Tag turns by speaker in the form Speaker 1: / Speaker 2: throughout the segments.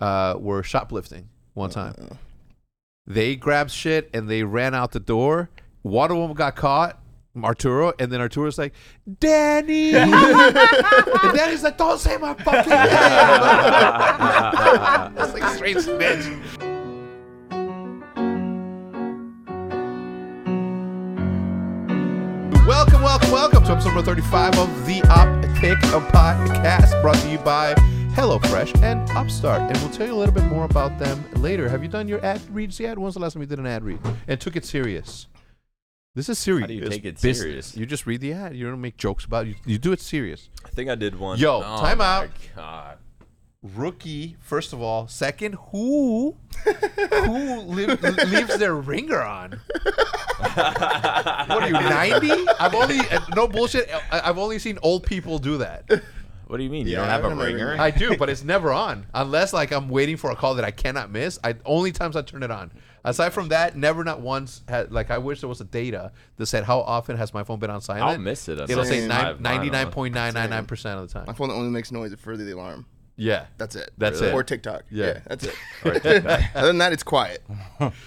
Speaker 1: uh, were shoplifting one time. They grabbed shit and they ran out the door. One of them got caught, Arturo, and then Arturo's like, Danny. and Danny's like, don't say my fucking name. That's like straight snitch. Welcome, welcome, welcome to episode number 35 of the Optic Podcast, brought to you by HelloFresh and Upstart. And we'll tell you a little bit more about them later. Have you done your ad reads yet? When was the last time you did an ad read and took it serious? This is serious.
Speaker 2: do you take it
Speaker 1: business.
Speaker 2: serious?
Speaker 1: You just read the ad. You don't make jokes about it. You, you do it serious.
Speaker 2: I think I did one. Oh
Speaker 1: Yo, time
Speaker 2: my
Speaker 1: out.
Speaker 2: God.
Speaker 1: Rookie, first of all. Second, who who li- li- leaves their ringer on? what are you, 90? I've only, uh, no bullshit, I- I've only seen old people do that.
Speaker 2: What do you mean?
Speaker 3: Yeah, I
Speaker 2: you don't have a
Speaker 3: remember
Speaker 2: ringer?
Speaker 3: ringing.
Speaker 1: I do, but it's never on unless like I'm waiting for a call that I cannot miss. I only times I turn it on. Aside from that, never not once had like I wish there was a data that said how often has my phone been on silent.
Speaker 2: I'll miss it.
Speaker 1: It'll say
Speaker 3: Same.
Speaker 1: nine-
Speaker 2: I've mine on.
Speaker 1: 99.999% of the
Speaker 3: My
Speaker 1: time.
Speaker 3: phone only makes noise at further the alarm.
Speaker 1: Yeah.
Speaker 3: That's it.
Speaker 1: That's Really? it.
Speaker 3: Or TikTok.
Speaker 1: Yeah.
Speaker 3: Yeah, that's it. Other than that, it's quiet,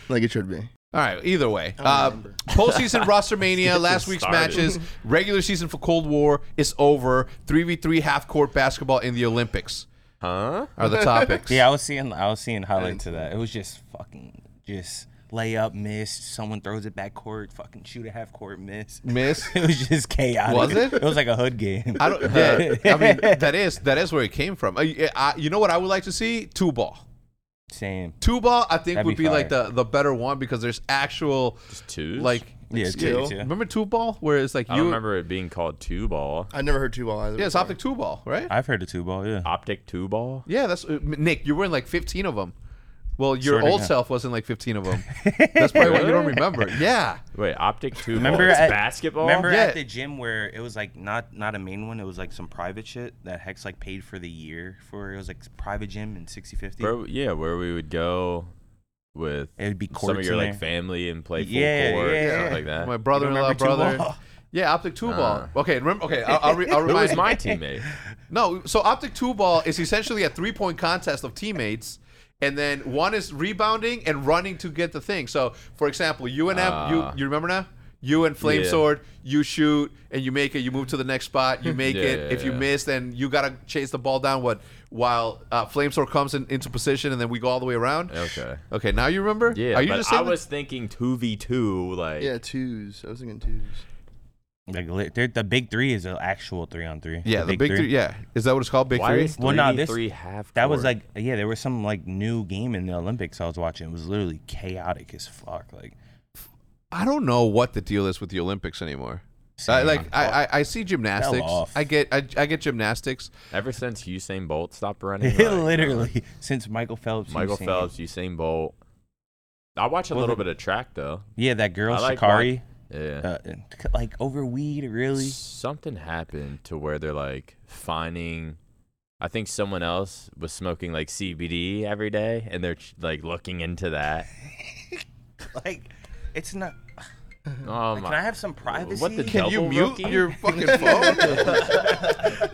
Speaker 3: like it should be.
Speaker 1: All right. Either way, uh, postseason roster mania. Last week's
Speaker 2: started.
Speaker 1: matches. Regular season for Cold War is over. Three v three half court basketball in the Olympics
Speaker 2: Huh?
Speaker 1: are the topics.
Speaker 4: Yeah, I was seeing I was seeing highlights of that. It was just fucking just layup, miss, someone throws it back court, fucking shoot a half court, miss.
Speaker 1: Miss.
Speaker 4: It was just chaotic.
Speaker 1: Was it?
Speaker 4: It was like a hood game.
Speaker 1: I don't. Yeah, I mean, that is that is where it came from. Uh, y- I- you know what I would like to see? Two ball.
Speaker 4: Same.
Speaker 1: Two ball. I think
Speaker 4: That'd
Speaker 1: would be,
Speaker 4: be
Speaker 1: like the the better one because there's actual
Speaker 2: twos?
Speaker 1: like.
Speaker 4: Yeah, it's
Speaker 3: Skill.
Speaker 4: two, two.
Speaker 1: Remember two ball where it's like
Speaker 2: I
Speaker 1: you.
Speaker 2: don't remember it being called two ball.
Speaker 3: I never heard two ball either.
Speaker 1: Yeah, it's
Speaker 3: before.
Speaker 1: optic two ball, right?
Speaker 4: I've heard of two ball, yeah.
Speaker 2: Optic two ball?
Speaker 1: Yeah, that's uh, Nick. You were in like 15 of them. Well, your
Speaker 4: Sorta,
Speaker 1: old
Speaker 4: yeah.
Speaker 1: self wasn't like 15 of them. That's probably why you don't
Speaker 2: Really?
Speaker 1: remember. Yeah,
Speaker 2: Wait, optic two
Speaker 4: Remember
Speaker 2: ball. It's
Speaker 4: at-
Speaker 2: basketball?
Speaker 4: Remember
Speaker 1: Yeah.
Speaker 4: at the gym where it was like not not a main one, it was like some private shit that Hex like paid for the year for it was like private gym in sixty fifty.
Speaker 2: Where, yeah, where we would go with
Speaker 4: It would be
Speaker 2: some of
Speaker 4: courts
Speaker 2: your
Speaker 4: in
Speaker 2: like
Speaker 4: there.
Speaker 2: family and play full
Speaker 4: Yeah,
Speaker 2: court,
Speaker 4: yeah,
Speaker 2: stuff
Speaker 4: yeah.
Speaker 2: like that.
Speaker 1: my brother-in-law,
Speaker 4: remember two
Speaker 1: brother.
Speaker 4: ball?
Speaker 1: Yeah, optic two ball.
Speaker 2: Nah.
Speaker 1: Okay, remember? Okay, I'll, I'll, re- I'll
Speaker 2: Who
Speaker 1: remind.
Speaker 2: was my teammate?
Speaker 1: No, so optic two ball is essentially a three-point contest of teammates, and then one is rebounding and running to get the thing. So, for example, you and M,
Speaker 2: Ah.
Speaker 1: you you remember now? You and Flame
Speaker 2: Yeah.
Speaker 1: Sword, you shoot and you make it. You move to the next spot. You make
Speaker 2: Yeah,
Speaker 1: it.
Speaker 2: yeah,
Speaker 1: if you
Speaker 2: yeah.
Speaker 1: miss, then you gotta chase the ball down. What while uh, Flame Sword comes in, into position, and then we go all the way around.
Speaker 2: Okay.
Speaker 1: Okay, now you remember?
Speaker 2: Yeah,
Speaker 1: Are you
Speaker 2: but
Speaker 1: just
Speaker 2: I
Speaker 1: saying that-
Speaker 2: was thinking two v two, like
Speaker 3: Yeah, twos. I was thinking twos.
Speaker 4: Like lit- they're- the big three is an actual three on three.
Speaker 1: Yeah, the big, three. Yeah, is that what it's called? Big
Speaker 2: why
Speaker 1: three.
Speaker 2: is three
Speaker 4: Well, nah,
Speaker 2: v
Speaker 4: this-
Speaker 2: three half?
Speaker 4: That was
Speaker 2: court?
Speaker 4: like yeah, there was some like new game in the Olympics I was watching. It was literally chaotic as fuck. Like
Speaker 1: I don't know what the deal is with the Olympics anymore. I,
Speaker 4: Same.
Speaker 1: like I, I, I see gymnastics.
Speaker 4: off.
Speaker 1: I get I, I get gymnastics.
Speaker 2: ever since Usain Bolt stopped running. like, uh,
Speaker 4: literally since Michael Phelps.
Speaker 2: Michael
Speaker 4: Usain.
Speaker 2: Phelps, Usain Bolt. I watch a little bit of track though.
Speaker 4: Yeah, that girl
Speaker 2: I like
Speaker 4: Shakari.
Speaker 2: Yeah.
Speaker 4: uh, like over weed, really?
Speaker 2: Something happened to where they're like finding. I think someone else was smoking like CBD every day, and they're ch- like looking into that.
Speaker 4: Like, it's not.
Speaker 2: Oh my!
Speaker 4: Can I have some privacy?
Speaker 2: What the
Speaker 1: Can you
Speaker 2: Double
Speaker 1: mute
Speaker 2: rookie?
Speaker 1: your fucking phone?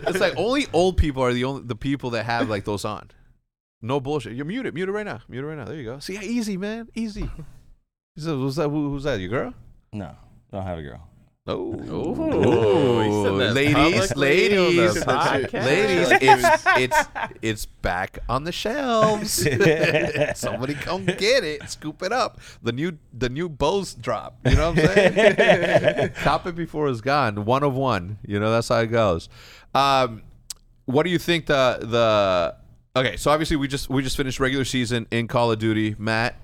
Speaker 1: it's like only old people are the only the people that have like those on. No bullshit. You mute it. Mute it right now. Mute it right now. There you go. See, easy man, easy. He says, "Who's that? Who, who's that? Your girl?"
Speaker 4: No, don't have a girl.
Speaker 1: Oh,
Speaker 2: Ooh, he said that
Speaker 1: ladies,
Speaker 2: publicly on the
Speaker 1: ladies,
Speaker 2: podcast.
Speaker 1: ladies! It's it's it's back on the shelves. Somebody come get it, scoop it up. The new the new Bose drop. You know what I'm saying? Cop it before it's gone. One of one. You know that's how it goes. Um, what do you think the the Okay, so obviously we just we just finished regular season in Call of Duty. Matt,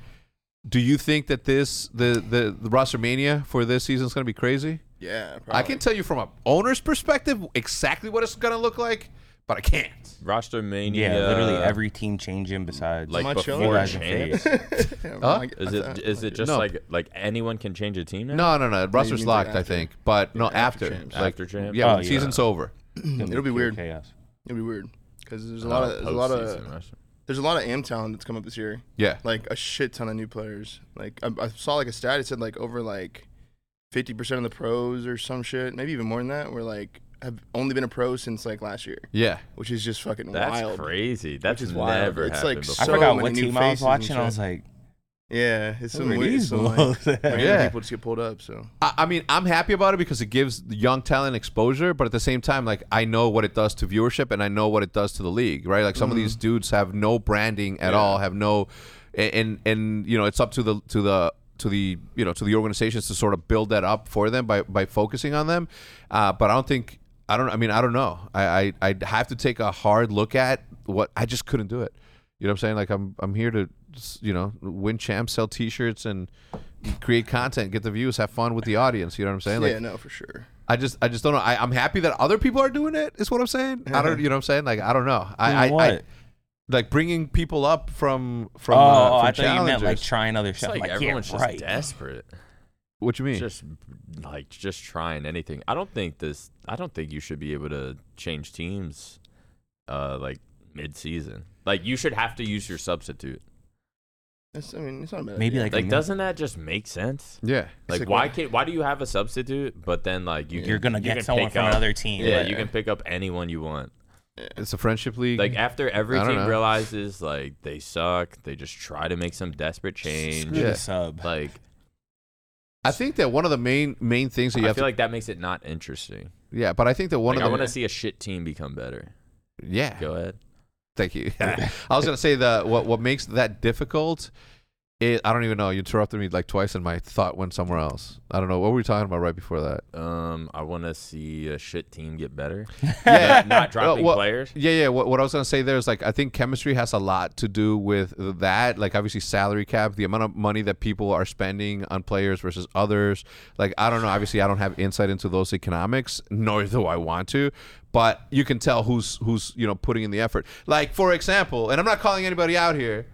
Speaker 1: do you think that this the the, the roster mania for this season is going to be crazy?
Speaker 3: Yeah, probably.
Speaker 1: I can tell you from a owner's perspective exactly what it's going to look like, but I can't.
Speaker 2: roster mania.
Speaker 4: Yeah, literally every team changing besides
Speaker 2: like
Speaker 3: My
Speaker 2: before
Speaker 3: children.
Speaker 2: champs.
Speaker 3: Yeah,
Speaker 1: Huh?
Speaker 3: like-
Speaker 2: Is it is it just
Speaker 1: No.
Speaker 2: like like anyone can change a team now?
Speaker 1: No, no, no. Roster's
Speaker 3: means
Speaker 1: locked,
Speaker 3: like
Speaker 1: I
Speaker 3: after-
Speaker 1: think, but no, after,
Speaker 3: after champs.
Speaker 1: like,
Speaker 2: After champs?
Speaker 1: yeah,
Speaker 4: Oh,
Speaker 1: when
Speaker 4: yeah.
Speaker 1: season's over.
Speaker 3: it'll be weird.
Speaker 4: Chaos.
Speaker 3: It'd be weird because there's a lot of there's a lot
Speaker 2: Oh, Postseason
Speaker 3: of
Speaker 2: roster.
Speaker 3: there's a lot of am talent that's come up this year.
Speaker 1: Yeah,
Speaker 3: Like a shit ton of new players. Like I, I saw like a stat. It said like over like fifty percent of the pros or some shit, maybe even more than that, were like have only been a pro since like last year,
Speaker 1: Yeah.
Speaker 3: which is just fucking
Speaker 2: That's
Speaker 3: wild.
Speaker 2: crazy. That's
Speaker 3: is
Speaker 2: just
Speaker 3: wild.
Speaker 2: never
Speaker 3: It's,
Speaker 2: happened
Speaker 3: like,
Speaker 2: before.
Speaker 4: I
Speaker 3: so
Speaker 4: forgot
Speaker 3: many
Speaker 4: what
Speaker 3: new
Speaker 4: team I was
Speaker 3: faces and
Speaker 4: watching. I
Speaker 3: shit.
Speaker 4: was like,
Speaker 3: Yeah, it's some
Speaker 4: Who are
Speaker 3: weird.
Speaker 4: these
Speaker 3: Some, like,
Speaker 4: balls?
Speaker 3: random
Speaker 1: Yeah.
Speaker 3: people just get pulled up. So
Speaker 1: I, I mean, I'm happy about it because it gives the young talent exposure, but at the same time, like I know what it does to viewership and I know what it does to the league, right? Like some of these dudes have no branding at all, have no, a- and and you know, it's up to the to the to the you know to the organizations to sort of build that up for them by by focusing on them. Uh, but I don't think I don't. I mean, I don't know. I I I'd have to take a hard look at what I just couldn't do it. You know what I'm saying? Like I'm I'm here to just, you know win champs, sell T-shirts, and create content, get the views, have fun with the audience. You know what I'm saying? Like
Speaker 3: yeah, no, for sure.
Speaker 1: I just I just don't know. I, I'm happy that other people are doing it. Is what I'm saying. I don't. You know what I'm saying? Like I don't know. I,
Speaker 4: Doing
Speaker 1: I, I
Speaker 4: what?
Speaker 1: like bringing people up from
Speaker 4: oh,
Speaker 1: from uh,
Speaker 4: oh,
Speaker 1: from
Speaker 4: I thought you meant like
Speaker 1: challengers.
Speaker 4: trying other
Speaker 2: It's
Speaker 4: stuff.
Speaker 2: like,
Speaker 4: like,
Speaker 2: everyone's
Speaker 4: yeah,
Speaker 2: just
Speaker 4: right.
Speaker 2: desperate.
Speaker 1: what you mean?
Speaker 2: Just like just trying anything. I don't think this. I don't think you should be able to change teams, uh, like mid-season. Like you should have to use your substitute.
Speaker 3: That's, I mean, it's not a bad.
Speaker 4: Maybe
Speaker 3: idea.
Speaker 4: like,
Speaker 2: Like,
Speaker 4: a-
Speaker 2: doesn't that just make sense?
Speaker 1: yeah.
Speaker 2: Like,
Speaker 3: like
Speaker 2: why
Speaker 3: what-
Speaker 2: can why do you have a substitute? But then like you
Speaker 4: you're
Speaker 2: can,
Speaker 4: gonna
Speaker 2: you
Speaker 4: get
Speaker 2: can
Speaker 4: someone
Speaker 2: pick
Speaker 4: from
Speaker 2: up-
Speaker 4: another team.
Speaker 2: Yeah,
Speaker 4: Like,
Speaker 2: you can pick up anyone you want.
Speaker 1: It's a friendship league.
Speaker 2: Like after every
Speaker 1: I don't
Speaker 2: team
Speaker 1: know.
Speaker 2: realizes like they suck, they just try to make some desperate change.
Speaker 4: screw
Speaker 1: Yeah.
Speaker 4: the sub.
Speaker 2: Like
Speaker 1: I think that one of the main main things that you
Speaker 2: I
Speaker 1: have
Speaker 2: feel
Speaker 1: to
Speaker 2: like that makes it not interesting.
Speaker 1: yeah, but I think that one
Speaker 2: Like, I
Speaker 1: of the
Speaker 2: want to see a shit team become better.
Speaker 1: yeah
Speaker 2: Go ahead.
Speaker 1: Thank you. I was gonna say the what what makes that difficult. It, I don't even know. You interrupted me like twice, and my thought went somewhere else. I don't know what were we talking about right before that.
Speaker 2: Um, I want to see a shit team get better.
Speaker 1: Yeah.
Speaker 2: Not- not dropping
Speaker 1: what-
Speaker 2: players.
Speaker 1: Yeah, yeah. What, what I was gonna say there is like I think chemistry has a lot to do with that. Like obviously salary cap, the amount of money that people are spending on players versus others. Like I don't know. Obviously, I don't have insight into those economics, nor do I want to. But you can tell who's who's you know putting in the effort. Like for example, and I'm not calling anybody out here.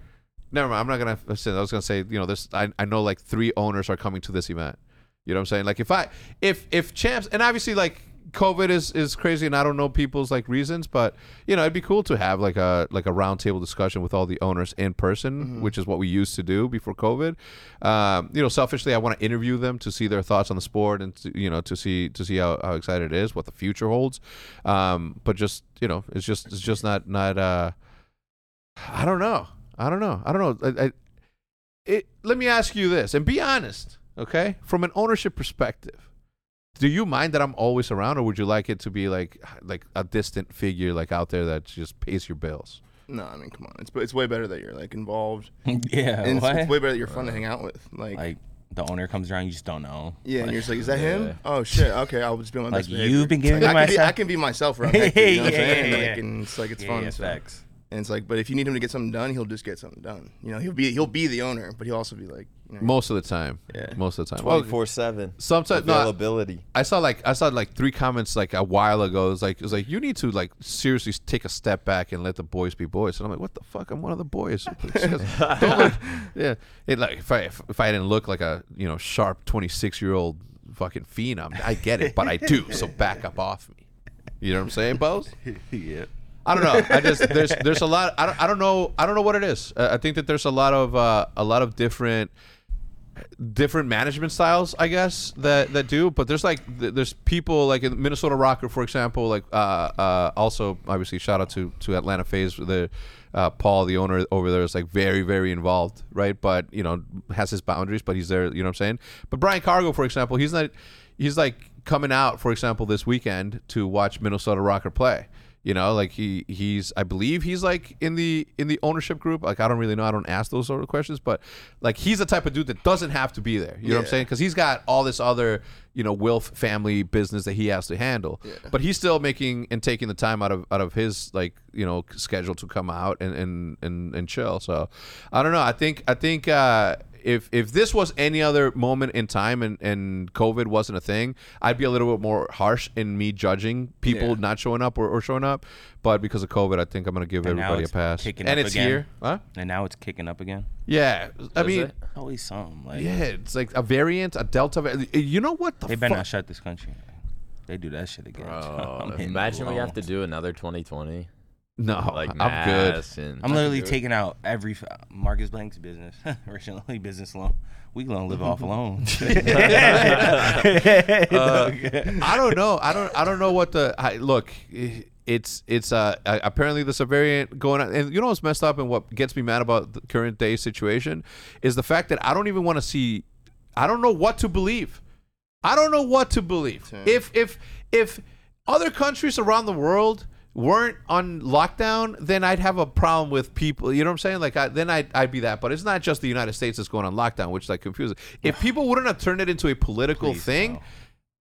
Speaker 1: Never mind. I'm not gonna. say- I was gonna say you know this. I I know like three owners are coming to this event. You know what I'm saying? Like if I if if champs and obviously like COVID is is crazy and I don't know people's like reasons, but you know, it'd be cool to have like a like a roundtable discussion with all the owners in person, which is what we used to do before COVID. Um, you know, selfishly I want to interview them to see their thoughts on the sport and to, you know, to see to see how, how excited it is, what the future holds. Um, but just, you know, it's just it's just not not uh I don't know. I don't know. I don't know. I, I, it, let me ask you this and be honest, okay? From an ownership perspective, do you mind that I'm always around, or would you like it to be like like a distant figure, like out there that just pays your bills?
Speaker 3: no, I mean, come on, it's it's way better that you're like involved,
Speaker 4: yeah,
Speaker 3: and it's,
Speaker 4: Oh, what?
Speaker 3: it's way better that you're fun to hang out with. Like,
Speaker 4: like the owner comes around, you just don't know.
Speaker 3: yeah, and you're just like, is that
Speaker 2: Yeah.
Speaker 3: him? Oh shit, okay, I'll just be my
Speaker 4: Like,
Speaker 3: best.
Speaker 4: you've
Speaker 3: behavior.
Speaker 4: been giving
Speaker 3: like,
Speaker 4: me
Speaker 3: I can, be,
Speaker 4: myself-
Speaker 3: I can be myself around Hector, you know what I'm
Speaker 4: Yeah, yeah,
Speaker 3: saying?
Speaker 4: yeah,
Speaker 3: Like,
Speaker 4: yeah.
Speaker 3: and it's like it's
Speaker 4: Yeah,
Speaker 3: fun.
Speaker 4: yeah,
Speaker 3: so.
Speaker 4: facts.
Speaker 3: And it's like, but if you need him to get something done, he'll just get something done. You know, he'll be he'll be the owner, but he'll also be like, you know,
Speaker 1: Most of the time,
Speaker 3: Yeah.
Speaker 1: most of the time. Well,
Speaker 5: 24 7
Speaker 1: sometimes no,
Speaker 5: availability.
Speaker 1: I saw like I saw like three comments like a while ago. It was like it was like you need to like seriously take a step back and let the boys be boys. And I'm like, what the fuck? I'm one of the boys. Don't look- yeah, it like if I if, if I didn't look like a you know sharp 26 year old fucking phenom, I get it, but I do. So back up off me. You know what I'm saying, Bose?
Speaker 4: Yeah.
Speaker 1: I don't know. I just there's there's a lot. I don't, I don't know. I don't know what it is. Uh, I think that there's a lot of uh, a lot of different different management styles, I guess that that do. But there's like th- there's people like in Minnesota Rocker, for example. Like uh, uh, also obviously shout out to to Atlanta Phase. The uh, Paul, the owner over there, is like very very involved, right? But you know has his boundaries, but he's there. You know what I'm saying? But Brian Cargo, for example, he's not. He's like coming out, for example, this weekend to watch Minnesota Rocker play. You know, like he he's I believe he's like in the in the ownership group. Like I don't really know. I don't ask those sort of questions, but like he's the type of dude that doesn't have to be there. You know what I'm
Speaker 3: Yeah.
Speaker 1: saying? Because he's got all this other you know Wilf family business that he has to handle. But he's still making and taking the time out of out of his like you know schedule to come out and and and, and chill. So I don't know. I think I think. uh if if this was any other moment in time and, and COVID wasn't a thing, I'd be a little bit more harsh in me judging people not showing up or, or showing up. But because of COVID, I think I'm gonna give
Speaker 4: And now
Speaker 1: everybody a
Speaker 4: it's
Speaker 1: pass.
Speaker 4: kicking
Speaker 1: and
Speaker 4: up
Speaker 1: it's
Speaker 4: again.
Speaker 1: here, huh?
Speaker 4: And now it's kicking up again.
Speaker 1: Yeah, I
Speaker 2: Is
Speaker 1: mean,
Speaker 2: it?
Speaker 4: Always something. Like
Speaker 1: yeah, it's like a variant, a Delta. var- You know what the
Speaker 4: they
Speaker 1: fuck?
Speaker 4: better not shut this country. They do that shit again.
Speaker 2: Oh, imagine we have to do another 2020.
Speaker 1: No,
Speaker 2: Like
Speaker 1: I'm good.
Speaker 2: Mass and
Speaker 4: I'm literally taking out every f- Marcus Blank's business, Rachel Lee business loan. We gonna live off alone.
Speaker 1: Uh, I don't know. I don't. I don't know what the I, look. i- It's it's uh uh, apparently there's a variant going on, and you know what's messed up, and what gets me mad about the current day situation is the fact that I don't even want to see. I don't know what to believe. I don't know what to believe. If if if other countries around the world weren't on lockdown, then I'd have a problem with people. You know what I'm saying? Like I, then I'd, I'd be that. But it's not just the United States that's going on lockdown, which like confuses. If people wouldn't have turned it into a political thing.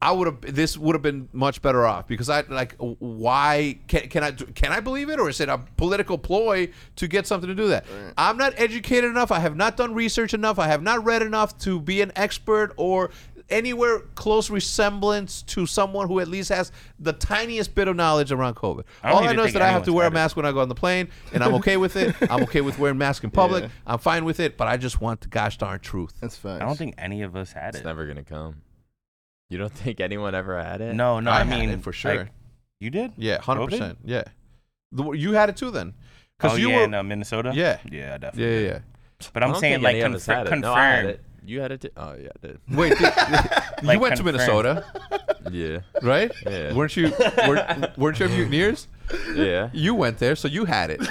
Speaker 1: I would have. This would have been much better off because I like. Why can, can I can I believe it or is it a political ploy to get something to do that? I'm not educated enough. I have not done research enough. I have not read enough to be an expert or anywhere close resemblance to someone who at least has the tiniest bit of knowledge around COVID.
Speaker 4: I don't
Speaker 1: All I
Speaker 4: even
Speaker 1: know is
Speaker 4: think
Speaker 1: that I have to
Speaker 4: anyone's
Speaker 1: wear a
Speaker 4: had it.
Speaker 1: mask when I go on the plane, and I'm okay with it. I'm okay with wearing masks in public.
Speaker 3: Yeah.
Speaker 1: I'm fine with it, but I just want the gosh darn truth.
Speaker 3: That's facts.
Speaker 4: I don't think any of us had
Speaker 2: It's
Speaker 4: it.
Speaker 2: never gonna come. You don't think anyone ever had it?
Speaker 4: No, no. I,
Speaker 1: had
Speaker 4: mean,
Speaker 1: it for sure.
Speaker 4: like, you did?
Speaker 1: Yeah, hundred
Speaker 4: COVID?
Speaker 1: percent. Yeah, The- you had it too then, because
Speaker 4: Oh,
Speaker 1: you
Speaker 4: yeah,
Speaker 1: were.
Speaker 4: in uh, Minnesota.
Speaker 1: Yeah.
Speaker 4: Yeah,
Speaker 1: Yeah,
Speaker 4: definitely.
Speaker 1: yeah, yeah.
Speaker 4: But I'm
Speaker 2: I don't
Speaker 4: saying
Speaker 2: think
Speaker 4: like
Speaker 2: any of
Speaker 4: confer-
Speaker 2: us had it.
Speaker 4: confirm.
Speaker 2: No, I had it. You had it too. Oh yeah, I did.
Speaker 1: Wait, did- you
Speaker 4: Like
Speaker 1: went to
Speaker 4: confirmed.
Speaker 1: Minnesota,
Speaker 2: Yeah,
Speaker 1: right?
Speaker 2: Yeah.
Speaker 1: Weren't you? Weren't, weren't you a mutineers?
Speaker 2: yeah.
Speaker 1: You went there, so you had it.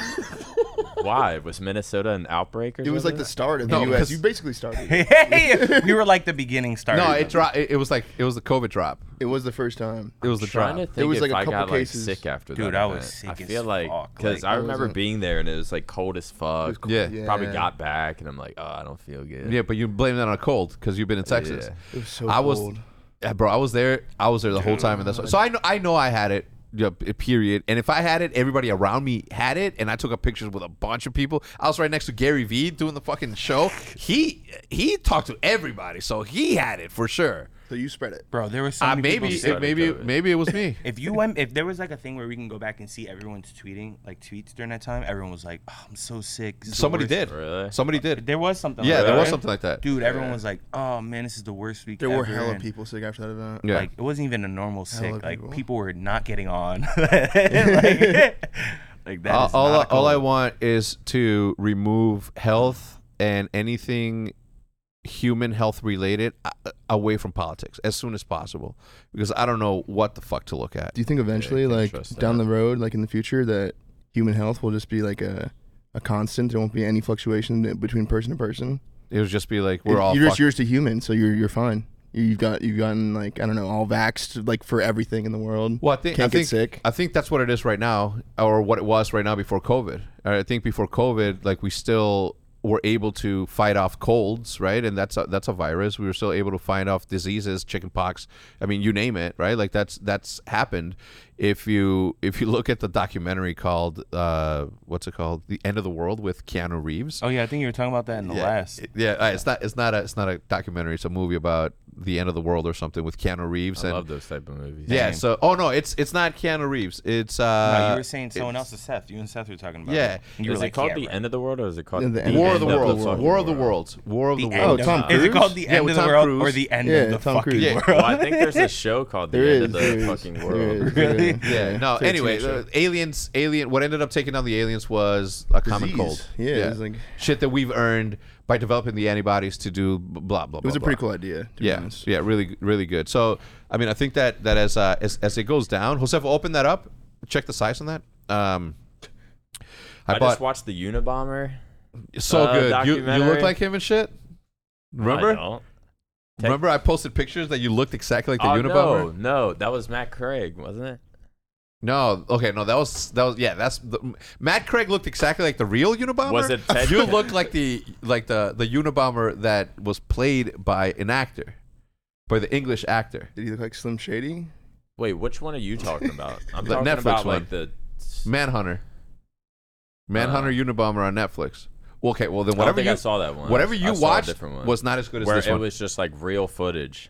Speaker 2: Why was Minnesota an outbreak or
Speaker 3: it was like the
Speaker 2: something?
Speaker 3: start of
Speaker 1: No,
Speaker 3: the U.S.
Speaker 1: because-
Speaker 3: You basically started. it.
Speaker 4: Hey, we were like the beginning starter.
Speaker 1: No, it dropped. It, it was like it was the COVID drop.
Speaker 3: It was the first time.
Speaker 1: It was the
Speaker 2: trying
Speaker 1: drop.
Speaker 2: to think
Speaker 3: was,
Speaker 2: if
Speaker 3: like, a
Speaker 2: I
Speaker 3: couple
Speaker 2: got like
Speaker 3: cases.
Speaker 2: sick after that.
Speaker 4: Dude, I was
Speaker 2: event.
Speaker 4: sick
Speaker 2: I feel
Speaker 4: as
Speaker 2: like
Speaker 4: fuck,
Speaker 2: because
Speaker 4: like,
Speaker 2: I
Speaker 4: I
Speaker 2: remember
Speaker 3: wasn't-
Speaker 2: being there and it was like cold as fuck.
Speaker 1: Yeah.
Speaker 3: Yeah.
Speaker 2: Probably got back and I'm like, oh, I don't feel good.
Speaker 1: Yeah, but you blame that on a cold because you've been in Texas.
Speaker 2: Yeah.
Speaker 3: It was so
Speaker 1: I was,
Speaker 3: cold.
Speaker 1: Yeah, bro. I was there. I was there the whole time, and that's why. So I know. I know I had it. yeah, p- period. And if I had it, everybody around me had it, and I took a pictures with a bunch of people. I was right next to Gary Vee doing the fucking show. He he talked to everybody, so he had it for sure.
Speaker 3: So you spread it.
Speaker 4: bro. There was so
Speaker 1: Uh,
Speaker 4: many
Speaker 1: maybe
Speaker 4: people
Speaker 1: it,
Speaker 4: sick.
Speaker 1: maybe
Speaker 2: COVID.
Speaker 1: maybe it was me.
Speaker 4: Ah, If you went, if there was like a thing where we can go back and see everyone's tweeting, like tweets during that time, everyone was like, oh, "I'm so sick." this is the
Speaker 1: Somebody
Speaker 4: worst."
Speaker 1: did.
Speaker 2: Really?
Speaker 1: Somebody did.
Speaker 4: There was something.
Speaker 1: Yeah,
Speaker 4: like
Speaker 1: there
Speaker 4: that,
Speaker 1: was
Speaker 4: right?
Speaker 1: something like that.
Speaker 4: Dude, everyone was like, "Oh man, this is the worst week."
Speaker 3: There were
Speaker 4: ever,"
Speaker 3: hella
Speaker 4: and,
Speaker 3: people sick after that event.
Speaker 1: Yeah.
Speaker 4: Like it wasn't even a normal sick. Like
Speaker 3: people.
Speaker 4: people. were not getting on. like, like that.
Speaker 1: all,
Speaker 4: is
Speaker 1: all, I,
Speaker 4: not a
Speaker 1: all I
Speaker 4: cold.
Speaker 1: want is to remove health and anything human health related uh, away from politics as soon as possible because I don't know what the fuck to look at.
Speaker 3: Do you think eventually,
Speaker 2: I can
Speaker 3: like
Speaker 2: trust
Speaker 3: down
Speaker 2: that.
Speaker 3: the road, like in the future, that human health will just be like a, a constant? There won't be any fluctuation between person to person.
Speaker 1: It would just be like we're
Speaker 3: It-
Speaker 1: all
Speaker 3: you're
Speaker 1: fucked.
Speaker 3: just yours to human, so you're you're fine. You've got you've gotten like I don't know all vaxxed like for everything in the world.
Speaker 1: well, I think
Speaker 3: can't
Speaker 1: I think
Speaker 3: get sick.
Speaker 1: I think that's what it is right now, or what it was right now before COVID. Or I think before COVID, like we still were able to fight off colds, right? And that's a, that's a virus. We were still able to fight off diseases, chickenpox. I mean, you name it, right? Like that's that's happened. If you if you look at the documentary called uh, what's it called, The End of the World with Keanu Reeves,
Speaker 4: Oh yeah, I think you were talking about that in the
Speaker 1: yeah,
Speaker 4: last.
Speaker 1: it- yeah, uh, it's not it's not a it's not a documentary. It's a movie about the end of the world or something with Keanu Reeves
Speaker 2: I
Speaker 1: and
Speaker 2: love those type of movies.
Speaker 1: yeah. So oh no, it's it's not Keanu Reeves. It's uh,
Speaker 4: no, you were saying someone else is Seth. You and Seth were talking about.
Speaker 1: Yeah.
Speaker 4: it. And you
Speaker 2: Is
Speaker 4: were
Speaker 2: it
Speaker 4: like,
Speaker 2: called
Speaker 4: yeah,
Speaker 2: the
Speaker 4: right.
Speaker 2: end of the world or is it called
Speaker 3: The
Speaker 1: War of
Speaker 3: end
Speaker 1: the
Speaker 3: of the
Speaker 1: Worlds.
Speaker 3: world.
Speaker 1: War of the Worlds. War of the,
Speaker 4: The
Speaker 1: Worlds.
Speaker 4: end
Speaker 3: Tom
Speaker 4: of- Is it
Speaker 3: Cruise?
Speaker 4: called the
Speaker 1: Yeah,
Speaker 4: end
Speaker 1: with
Speaker 4: of the
Speaker 1: Tom
Speaker 4: world or
Speaker 1: Cruise.
Speaker 4: the end
Speaker 3: Yeah,
Speaker 4: of the
Speaker 3: Tom
Speaker 4: fucking
Speaker 3: Cruise. Yeah.
Speaker 4: world?
Speaker 2: Well, Oh, I think there's a show called The End
Speaker 3: There is,
Speaker 2: of the
Speaker 3: there is,
Speaker 2: Fucking
Speaker 3: there
Speaker 2: World.
Speaker 3: is, there is.
Speaker 1: Yeah, no.
Speaker 3: It's a
Speaker 1: Anyway,
Speaker 3: teenager.
Speaker 1: the aliens, alien. What ended up taking down the aliens was a common
Speaker 3: Disease.
Speaker 1: cold.
Speaker 3: Yeah, it was like-
Speaker 1: shit that we've earned by developing the antibodies to do b- blah blah.
Speaker 3: it was
Speaker 1: blah,
Speaker 3: a pretty
Speaker 1: blah.
Speaker 3: cool idea. To
Speaker 1: yeah,
Speaker 3: be honest.
Speaker 1: yeah, really, really good. So, I mean, I think that that as uh, as, as it goes down, Josef, open that up. Check the size on that. Um, I,
Speaker 2: I
Speaker 1: bought
Speaker 2: just watched the Unabomber.
Speaker 1: so
Speaker 2: uh,
Speaker 1: good. You, you look
Speaker 2: documentary.
Speaker 1: like him and shit.
Speaker 2: I
Speaker 1: Remember?
Speaker 2: don't. Tech-
Speaker 1: Remember, I posted pictures that you looked exactly like the
Speaker 2: oh,
Speaker 1: Unabomber.
Speaker 2: No, no, that was Matt Craig, wasn't it?
Speaker 1: No, okay, no, that was that was yeah, that's the, Matt Craig looked exactly like the real Unabomber.
Speaker 2: Was it Ted-
Speaker 1: you looked like the like the the Unabomber that was played by an actor, by the English actor.
Speaker 3: Did he look like Slim Shady?
Speaker 2: Wait, which one are you talking about? I'm
Speaker 1: The
Speaker 2: talking
Speaker 1: Netflix
Speaker 2: about
Speaker 1: one.
Speaker 2: like the.
Speaker 1: Manhunter, Manhunter Unabomber on Netflix. Well, okay, well then
Speaker 2: Uh. I don't
Speaker 1: whatever
Speaker 2: think
Speaker 1: you
Speaker 2: I saw that one.
Speaker 1: whatever
Speaker 2: I
Speaker 1: you
Speaker 2: saw a
Speaker 1: watched
Speaker 2: different one.
Speaker 1: was not as good as
Speaker 2: where
Speaker 1: this
Speaker 2: it
Speaker 1: one.
Speaker 2: was just like real footage.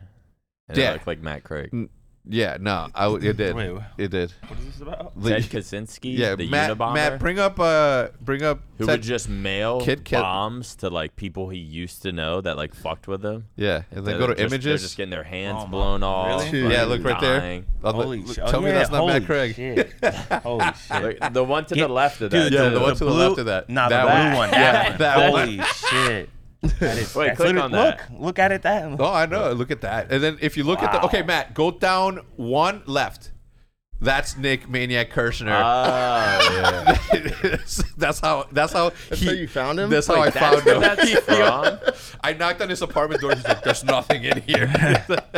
Speaker 2: And
Speaker 1: Yeah.
Speaker 2: it looked like Matt Craig.
Speaker 1: Yeah, no, I w- it did.
Speaker 4: Wait, wha-
Speaker 1: It did.
Speaker 4: What is this about?
Speaker 1: The-
Speaker 2: Ted Kaczynski,
Speaker 1: yeah,
Speaker 2: the
Speaker 1: Matt,
Speaker 2: Unabomber,
Speaker 1: Matt, bring up uh, bring up
Speaker 2: who
Speaker 1: Ted-
Speaker 2: would just mail
Speaker 1: Kid Kat-
Speaker 2: bombs to like people he used to know that like fucked with him.
Speaker 1: yeah, and then
Speaker 2: They're
Speaker 1: go to
Speaker 2: just- They're
Speaker 1: images.
Speaker 2: just getting their hands
Speaker 4: Oh my-
Speaker 2: blown off.
Speaker 4: Really?
Speaker 1: yeah,
Speaker 2: fucking
Speaker 1: look right there.
Speaker 2: dying.
Speaker 1: I'll let-
Speaker 4: Holy
Speaker 1: look-
Speaker 4: shit!
Speaker 1: Tell me that's not Matt Craig.
Speaker 4: Shit. holy shit!
Speaker 2: Like, the one to the left of
Speaker 4: Get-
Speaker 2: that.
Speaker 1: Yeah,
Speaker 2: too.
Speaker 1: the one to the
Speaker 4: blue-
Speaker 1: left of that.
Speaker 4: Nah,
Speaker 1: that
Speaker 4: the blue one.
Speaker 1: Yeah, that one.
Speaker 4: Holy shit! That is.
Speaker 2: Wait,
Speaker 4: that's
Speaker 2: click
Speaker 4: literally-
Speaker 2: on that.
Speaker 4: Look, look at it. That.
Speaker 1: Oh, I know. Look at that. And then if you look at the okay, Matt, go down one left. That's Nick Maniac Kirshner.
Speaker 2: Ah, yeah.
Speaker 1: that's how. That's how. That's
Speaker 3: how you found him?
Speaker 1: That's how Oh, I
Speaker 2: That's
Speaker 1: found
Speaker 2: where
Speaker 1: him.
Speaker 2: that's from.
Speaker 1: I knocked on his apartment door. He's like, "There's nothing in here."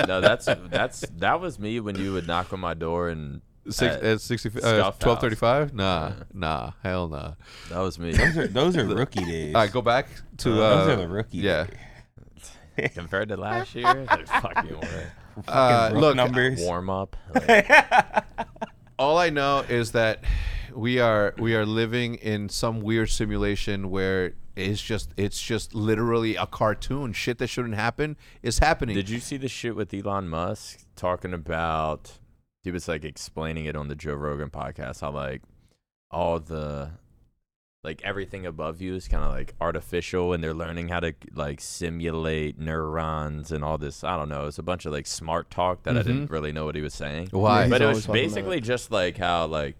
Speaker 2: No, that's that's that was me when you would knock on my door and
Speaker 1: Six,
Speaker 2: that,
Speaker 1: at 60, uh,
Speaker 2: Scuff
Speaker 1: twelve thirty-five. Nah, nah, hell nah.
Speaker 2: that was me.
Speaker 4: Those are, those are rookie days.
Speaker 1: All right, go back to. Uh,
Speaker 4: Those are the rookie.
Speaker 1: Yeah.
Speaker 2: Compared to last year, like fucking way.
Speaker 1: Uh,
Speaker 4: Fucking
Speaker 1: look,
Speaker 4: numbers.
Speaker 2: warm up. Like,
Speaker 1: all I know is that we are we are living in some weird simulation where it's just it's just literally a cartoon. Shit that shouldn't happen is happening.
Speaker 2: did you see the shit with Elon Musk talking about? He was like explaining it on the Joe Rogan podcast how like all the like everything above you is kind of like artificial and they're learning how to like simulate neurons and all this. I don't know. It's a bunch of like smart talk that I didn't really know what he was saying.
Speaker 1: Why?
Speaker 3: Mm-hmm. He's
Speaker 2: but it
Speaker 3: always
Speaker 2: was
Speaker 3: talking about
Speaker 2: basically
Speaker 3: it.
Speaker 2: just like how like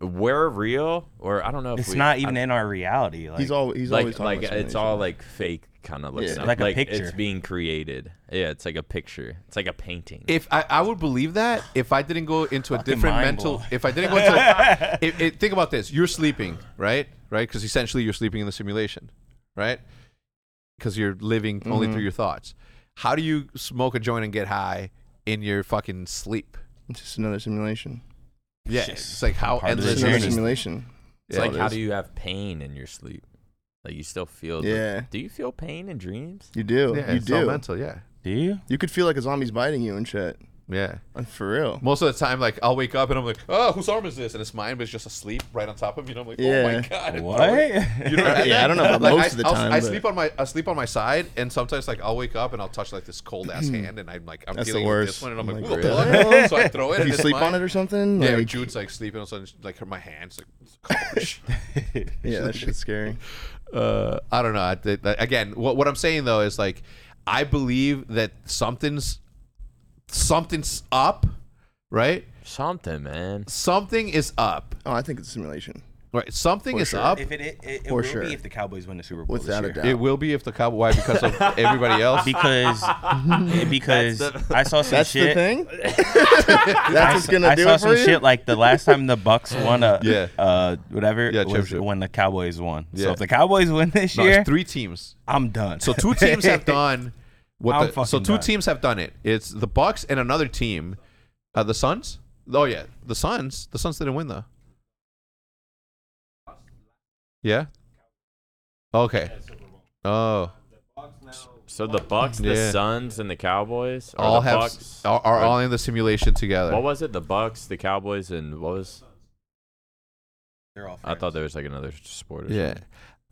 Speaker 2: we're real or I don't know. If
Speaker 4: It's
Speaker 2: we-
Speaker 4: not
Speaker 2: I-
Speaker 4: even in our reality. Like,
Speaker 3: he's all he's
Speaker 2: like
Speaker 3: always talking
Speaker 2: like
Speaker 3: about
Speaker 2: it's
Speaker 3: something.
Speaker 2: all like fake kind of looks
Speaker 3: Yeah.
Speaker 2: up.
Speaker 4: Like a
Speaker 2: It's
Speaker 4: picture.
Speaker 2: being created. Yeah, it's like a picture. It's like a painting.
Speaker 1: if I, I would believe that if I didn't go into a
Speaker 4: Fucking
Speaker 1: different
Speaker 4: mind
Speaker 1: mental
Speaker 4: blown.
Speaker 1: if I didn't go into it, it, think about this you're sleeping right right because essentially you're sleeping in the simulation right because you're living only
Speaker 2: Mm-hmm.
Speaker 1: through your thoughts how do you smoke a joint and get high in your fucking sleep
Speaker 3: It's just another simulation.
Speaker 1: yeah
Speaker 4: Shit.
Speaker 1: it's like how
Speaker 4: Part of the
Speaker 1: endless
Speaker 3: It's another
Speaker 1: is
Speaker 4: journey.
Speaker 1: this?
Speaker 3: simulation.
Speaker 2: it's
Speaker 1: yeah,
Speaker 2: like
Speaker 1: it
Speaker 2: how
Speaker 1: is.
Speaker 2: do you have pain in your sleep? Like you still feel. the-
Speaker 3: Yeah.
Speaker 2: do you feel pain in dreams?
Speaker 3: You do.
Speaker 1: yeah
Speaker 3: you
Speaker 1: it's all
Speaker 3: do.
Speaker 1: mental yeah
Speaker 4: do you?
Speaker 3: You could feel like a zombie's biting you and shit.
Speaker 1: yeah
Speaker 3: Uh, For real.
Speaker 1: most of the time like I'll wake up and I'm like oh whose arm is this and it's mine but it's just asleep right on top of me and I'm like oh
Speaker 3: Yeah.
Speaker 1: my god
Speaker 4: What?
Speaker 1: You don't have
Speaker 3: Yeah,
Speaker 1: that?
Speaker 3: I don't know about
Speaker 1: Like,
Speaker 3: most
Speaker 1: I,
Speaker 3: of the
Speaker 1: I'll-
Speaker 3: time,
Speaker 1: I
Speaker 3: but-
Speaker 1: sleep on my I sleep on my side, and sometimes like I'll wake up and I'll touch like this cold ass hand, and I'm like I'm
Speaker 3: That's the
Speaker 1: dealing with this
Speaker 3: worst.
Speaker 1: one, and I'm,
Speaker 3: I'm
Speaker 1: like,
Speaker 3: like,
Speaker 1: "What the
Speaker 3: really?
Speaker 1: hell?" so I throw it.
Speaker 3: If
Speaker 1: and
Speaker 3: you
Speaker 1: it's
Speaker 3: sleep
Speaker 1: mine.
Speaker 3: on it or something?
Speaker 1: Yeah,
Speaker 3: like-
Speaker 1: Jude's like sleeping, and so like her, my hands like.
Speaker 3: yeah, that shit's scary.
Speaker 1: uh, I don't know. I, th- th- again, what what I'm saying though is like I believe that something's something's up, right?
Speaker 2: Something, man.
Speaker 1: Something is up,
Speaker 3: Oh, I think it's a simulation.
Speaker 1: right? Something
Speaker 3: For
Speaker 1: is
Speaker 3: sure.
Speaker 1: up.
Speaker 4: If it, it, it, it
Speaker 3: For
Speaker 4: will
Speaker 3: sure.
Speaker 4: be if the Cowboys win the Super Bowl
Speaker 3: Without
Speaker 4: this
Speaker 3: a doubt.
Speaker 4: year.
Speaker 1: it will be if the Cowboys why because of everybody else.
Speaker 4: Because because I saw some
Speaker 3: That's
Speaker 4: shit.
Speaker 3: the thing?
Speaker 4: I
Speaker 3: That's what's
Speaker 4: s-
Speaker 3: going to
Speaker 4: I
Speaker 3: do
Speaker 4: saw
Speaker 3: it
Speaker 4: some
Speaker 3: for you?
Speaker 4: shit like the last time the Bucks won a
Speaker 1: Yeah.
Speaker 4: uh whatever
Speaker 1: Yeah,
Speaker 4: was
Speaker 1: championship.
Speaker 4: when the Cowboys won.
Speaker 1: Yeah.
Speaker 4: So if the Cowboys win this
Speaker 1: No,
Speaker 4: year,
Speaker 1: it's three teams.
Speaker 4: I'm done.
Speaker 1: So two teams have done
Speaker 4: I'm
Speaker 1: what the, so
Speaker 4: fucking
Speaker 1: two
Speaker 4: done.
Speaker 1: teams have done it. It's the Bucks and another team, uh, the Suns. Oh yeah, the Suns. The Suns didn't win though. Yeah. Okay. Oh,
Speaker 2: So the Bucks, the
Speaker 1: Yeah.
Speaker 2: Suns, and the Cowboys are
Speaker 1: all
Speaker 2: the
Speaker 1: have
Speaker 2: Bucks.
Speaker 1: are, are all in the simulation
Speaker 2: what
Speaker 1: together.
Speaker 2: was it? The Bucks, the Cowboys, and what was?
Speaker 4: They're all
Speaker 2: I thought there was like another sport. Or
Speaker 1: Yeah.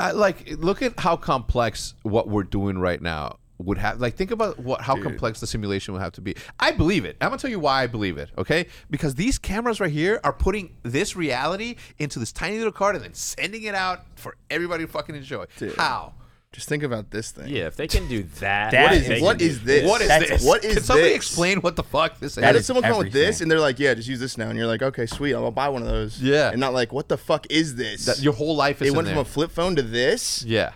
Speaker 1: I, like, look at how complex what we're doing right now would have. Like, think about what how complex the simulation would have to be. I believe it. I'm gonna tell you why I believe it. Okay, because these cameras right here are putting this reality into this tiny little card and then sending it out for everybody to fucking enjoy. How?
Speaker 3: Just think about this thing.
Speaker 2: something. Yeah, if they can do that,
Speaker 4: That
Speaker 2: what
Speaker 4: is-
Speaker 2: they
Speaker 3: what
Speaker 2: can
Speaker 3: is
Speaker 2: do-
Speaker 3: this?
Speaker 1: What is
Speaker 4: That's-
Speaker 1: this?
Speaker 3: what is
Speaker 1: Can somebody
Speaker 3: this?
Speaker 1: explain what the fuck this is?
Speaker 3: How
Speaker 4: That
Speaker 3: did
Speaker 4: is
Speaker 3: someone come up with this
Speaker 4: everything.
Speaker 3: and they're like, yeah, just use this now? And you're like, okay, sweet, I'll buy one of those.
Speaker 1: Yeah.
Speaker 3: And not like, what the fuck is this?
Speaker 1: That your whole life is
Speaker 3: it
Speaker 1: in
Speaker 3: went
Speaker 1: there.
Speaker 3: from a flip phone to this,
Speaker 1: yeah.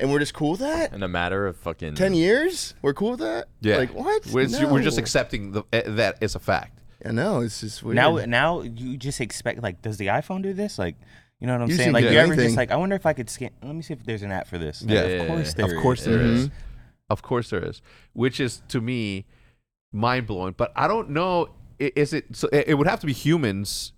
Speaker 3: and we're just cool with that?
Speaker 2: in a matter of fucking
Speaker 3: 10 years? We're cool with that?
Speaker 1: Yeah.
Speaker 3: Like, what?
Speaker 1: We're, we're just
Speaker 3: No.
Speaker 1: accepting the, eh, that it's a fact.
Speaker 3: I know, it's just weird.
Speaker 4: Now, now you just expect like, does the iPhone do this? Like, you know what I'm
Speaker 3: You
Speaker 4: saying?
Speaker 3: can
Speaker 4: Like,
Speaker 3: do
Speaker 4: you ever
Speaker 3: anything.
Speaker 4: just like, I wonder if I could scan. Let me see if there's an app for this. Like,
Speaker 1: Yeah.
Speaker 2: Yeah.
Speaker 4: of
Speaker 1: Of course
Speaker 4: course there is.
Speaker 1: there is.
Speaker 3: Mhm.
Speaker 1: Of course there is, which is to me mind blowing. But I don't know. i- Is it? So it it would have to be humans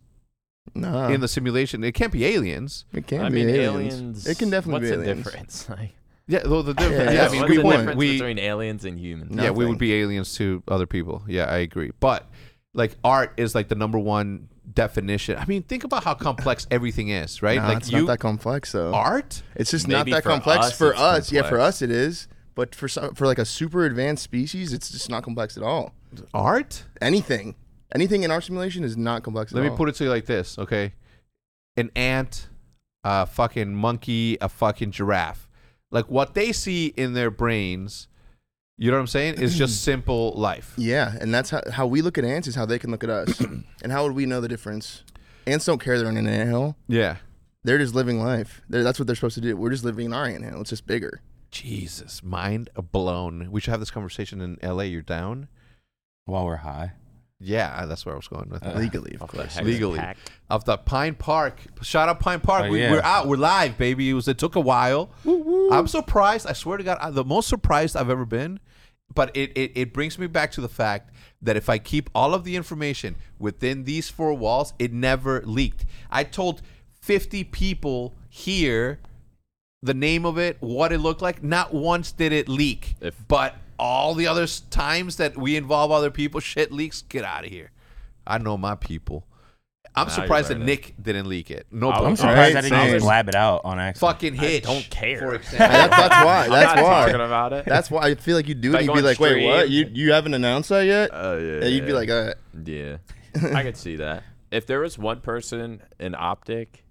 Speaker 3: nah,
Speaker 1: in the simulation. It can't be aliens.
Speaker 3: it can
Speaker 2: I
Speaker 3: be
Speaker 2: mean,
Speaker 3: aliens.
Speaker 2: aliens.
Speaker 3: It can definitely
Speaker 2: what's
Speaker 3: be aliens.
Speaker 2: the difference? Like,
Speaker 1: Yeah, though the difference.
Speaker 3: Yeah,
Speaker 1: Yeah,
Speaker 3: that's
Speaker 1: I mean,
Speaker 3: what
Speaker 1: we
Speaker 2: what's the
Speaker 1: wouldn't.
Speaker 2: difference
Speaker 1: We
Speaker 2: between aliens and humans?
Speaker 3: No.
Speaker 1: yeah, we would
Speaker 3: Nothing.
Speaker 1: be aliens to other people. Yeah, I agree. But like art is like the number one definition. I mean, think about how complex everything is, right?
Speaker 3: Nah,
Speaker 1: like
Speaker 3: it's
Speaker 1: you
Speaker 3: not that complex though.
Speaker 1: art.
Speaker 3: It's just
Speaker 2: Maybe
Speaker 3: not that
Speaker 2: for
Speaker 3: complex
Speaker 2: us
Speaker 3: for us.
Speaker 2: it's
Speaker 3: Yeah, for
Speaker 2: complex.
Speaker 3: us it is. But for some, for like a super advanced species, it's just not complex at all.
Speaker 1: art.
Speaker 3: Anything, anything in our simulation is not complex. at
Speaker 1: Let me
Speaker 3: all.
Speaker 1: put it to you like this, okay? An ant, a fucking monkey, a fucking giraffe. Like what they see in their brains, you know what I'm saying? Is just simple life.
Speaker 3: Yeah, and that's how, how we look at ants is how they can look at us. and how would we know the difference? Ants don't care they're in an anthill.
Speaker 1: Yeah.
Speaker 3: They're just living life. They're, that's what they're supposed to do. We're just living in our anthill. It's just bigger.
Speaker 1: Jesus, mind blown. We should have this conversation in LA. You're down?
Speaker 4: While we're high.
Speaker 1: Yeah, that's where I was going
Speaker 2: Uh,
Speaker 1: with that.
Speaker 3: Legally, of
Speaker 2: Off the
Speaker 3: course.
Speaker 2: Hexapack.
Speaker 1: legally. Of the Pine Park. Shout out Pine Park.
Speaker 4: Oh,
Speaker 1: we,
Speaker 4: yeah.
Speaker 1: We're out. We're live, baby. It, was, it took a while. I'm surprised. I swear to God, I'm the most surprised I've ever been. But it, it, it brings me back to the fact that if I keep all of the information within these four walls, it never leaked. I told 50 people here the name of it, what it looked like. Not once did it leak.
Speaker 2: If-
Speaker 1: but all the other s- times that we involve other people, shit leaks. Get out of here. I know my people. I'm
Speaker 2: Nah, you're
Speaker 1: surprised that
Speaker 2: right.
Speaker 1: Nick didn't leak it. No,
Speaker 2: I
Speaker 1: problem.
Speaker 2: was-
Speaker 4: Surprised I didn't
Speaker 3: same.
Speaker 4: just blab it out on accident.
Speaker 1: fucking hit.
Speaker 2: don't care.
Speaker 1: For example.
Speaker 3: That's, that's why. That's
Speaker 2: I'm not talking
Speaker 3: why.
Speaker 2: about it.
Speaker 3: That's why I feel like you do.
Speaker 2: Like
Speaker 3: it, you'd be
Speaker 2: on
Speaker 3: like, wait, what? You
Speaker 2: stream.
Speaker 3: you haven't announced that yet?
Speaker 2: Oh yeah.
Speaker 3: yeah, you'd be like, uh,
Speaker 2: Yeah, I could see that. If there was one person in optic,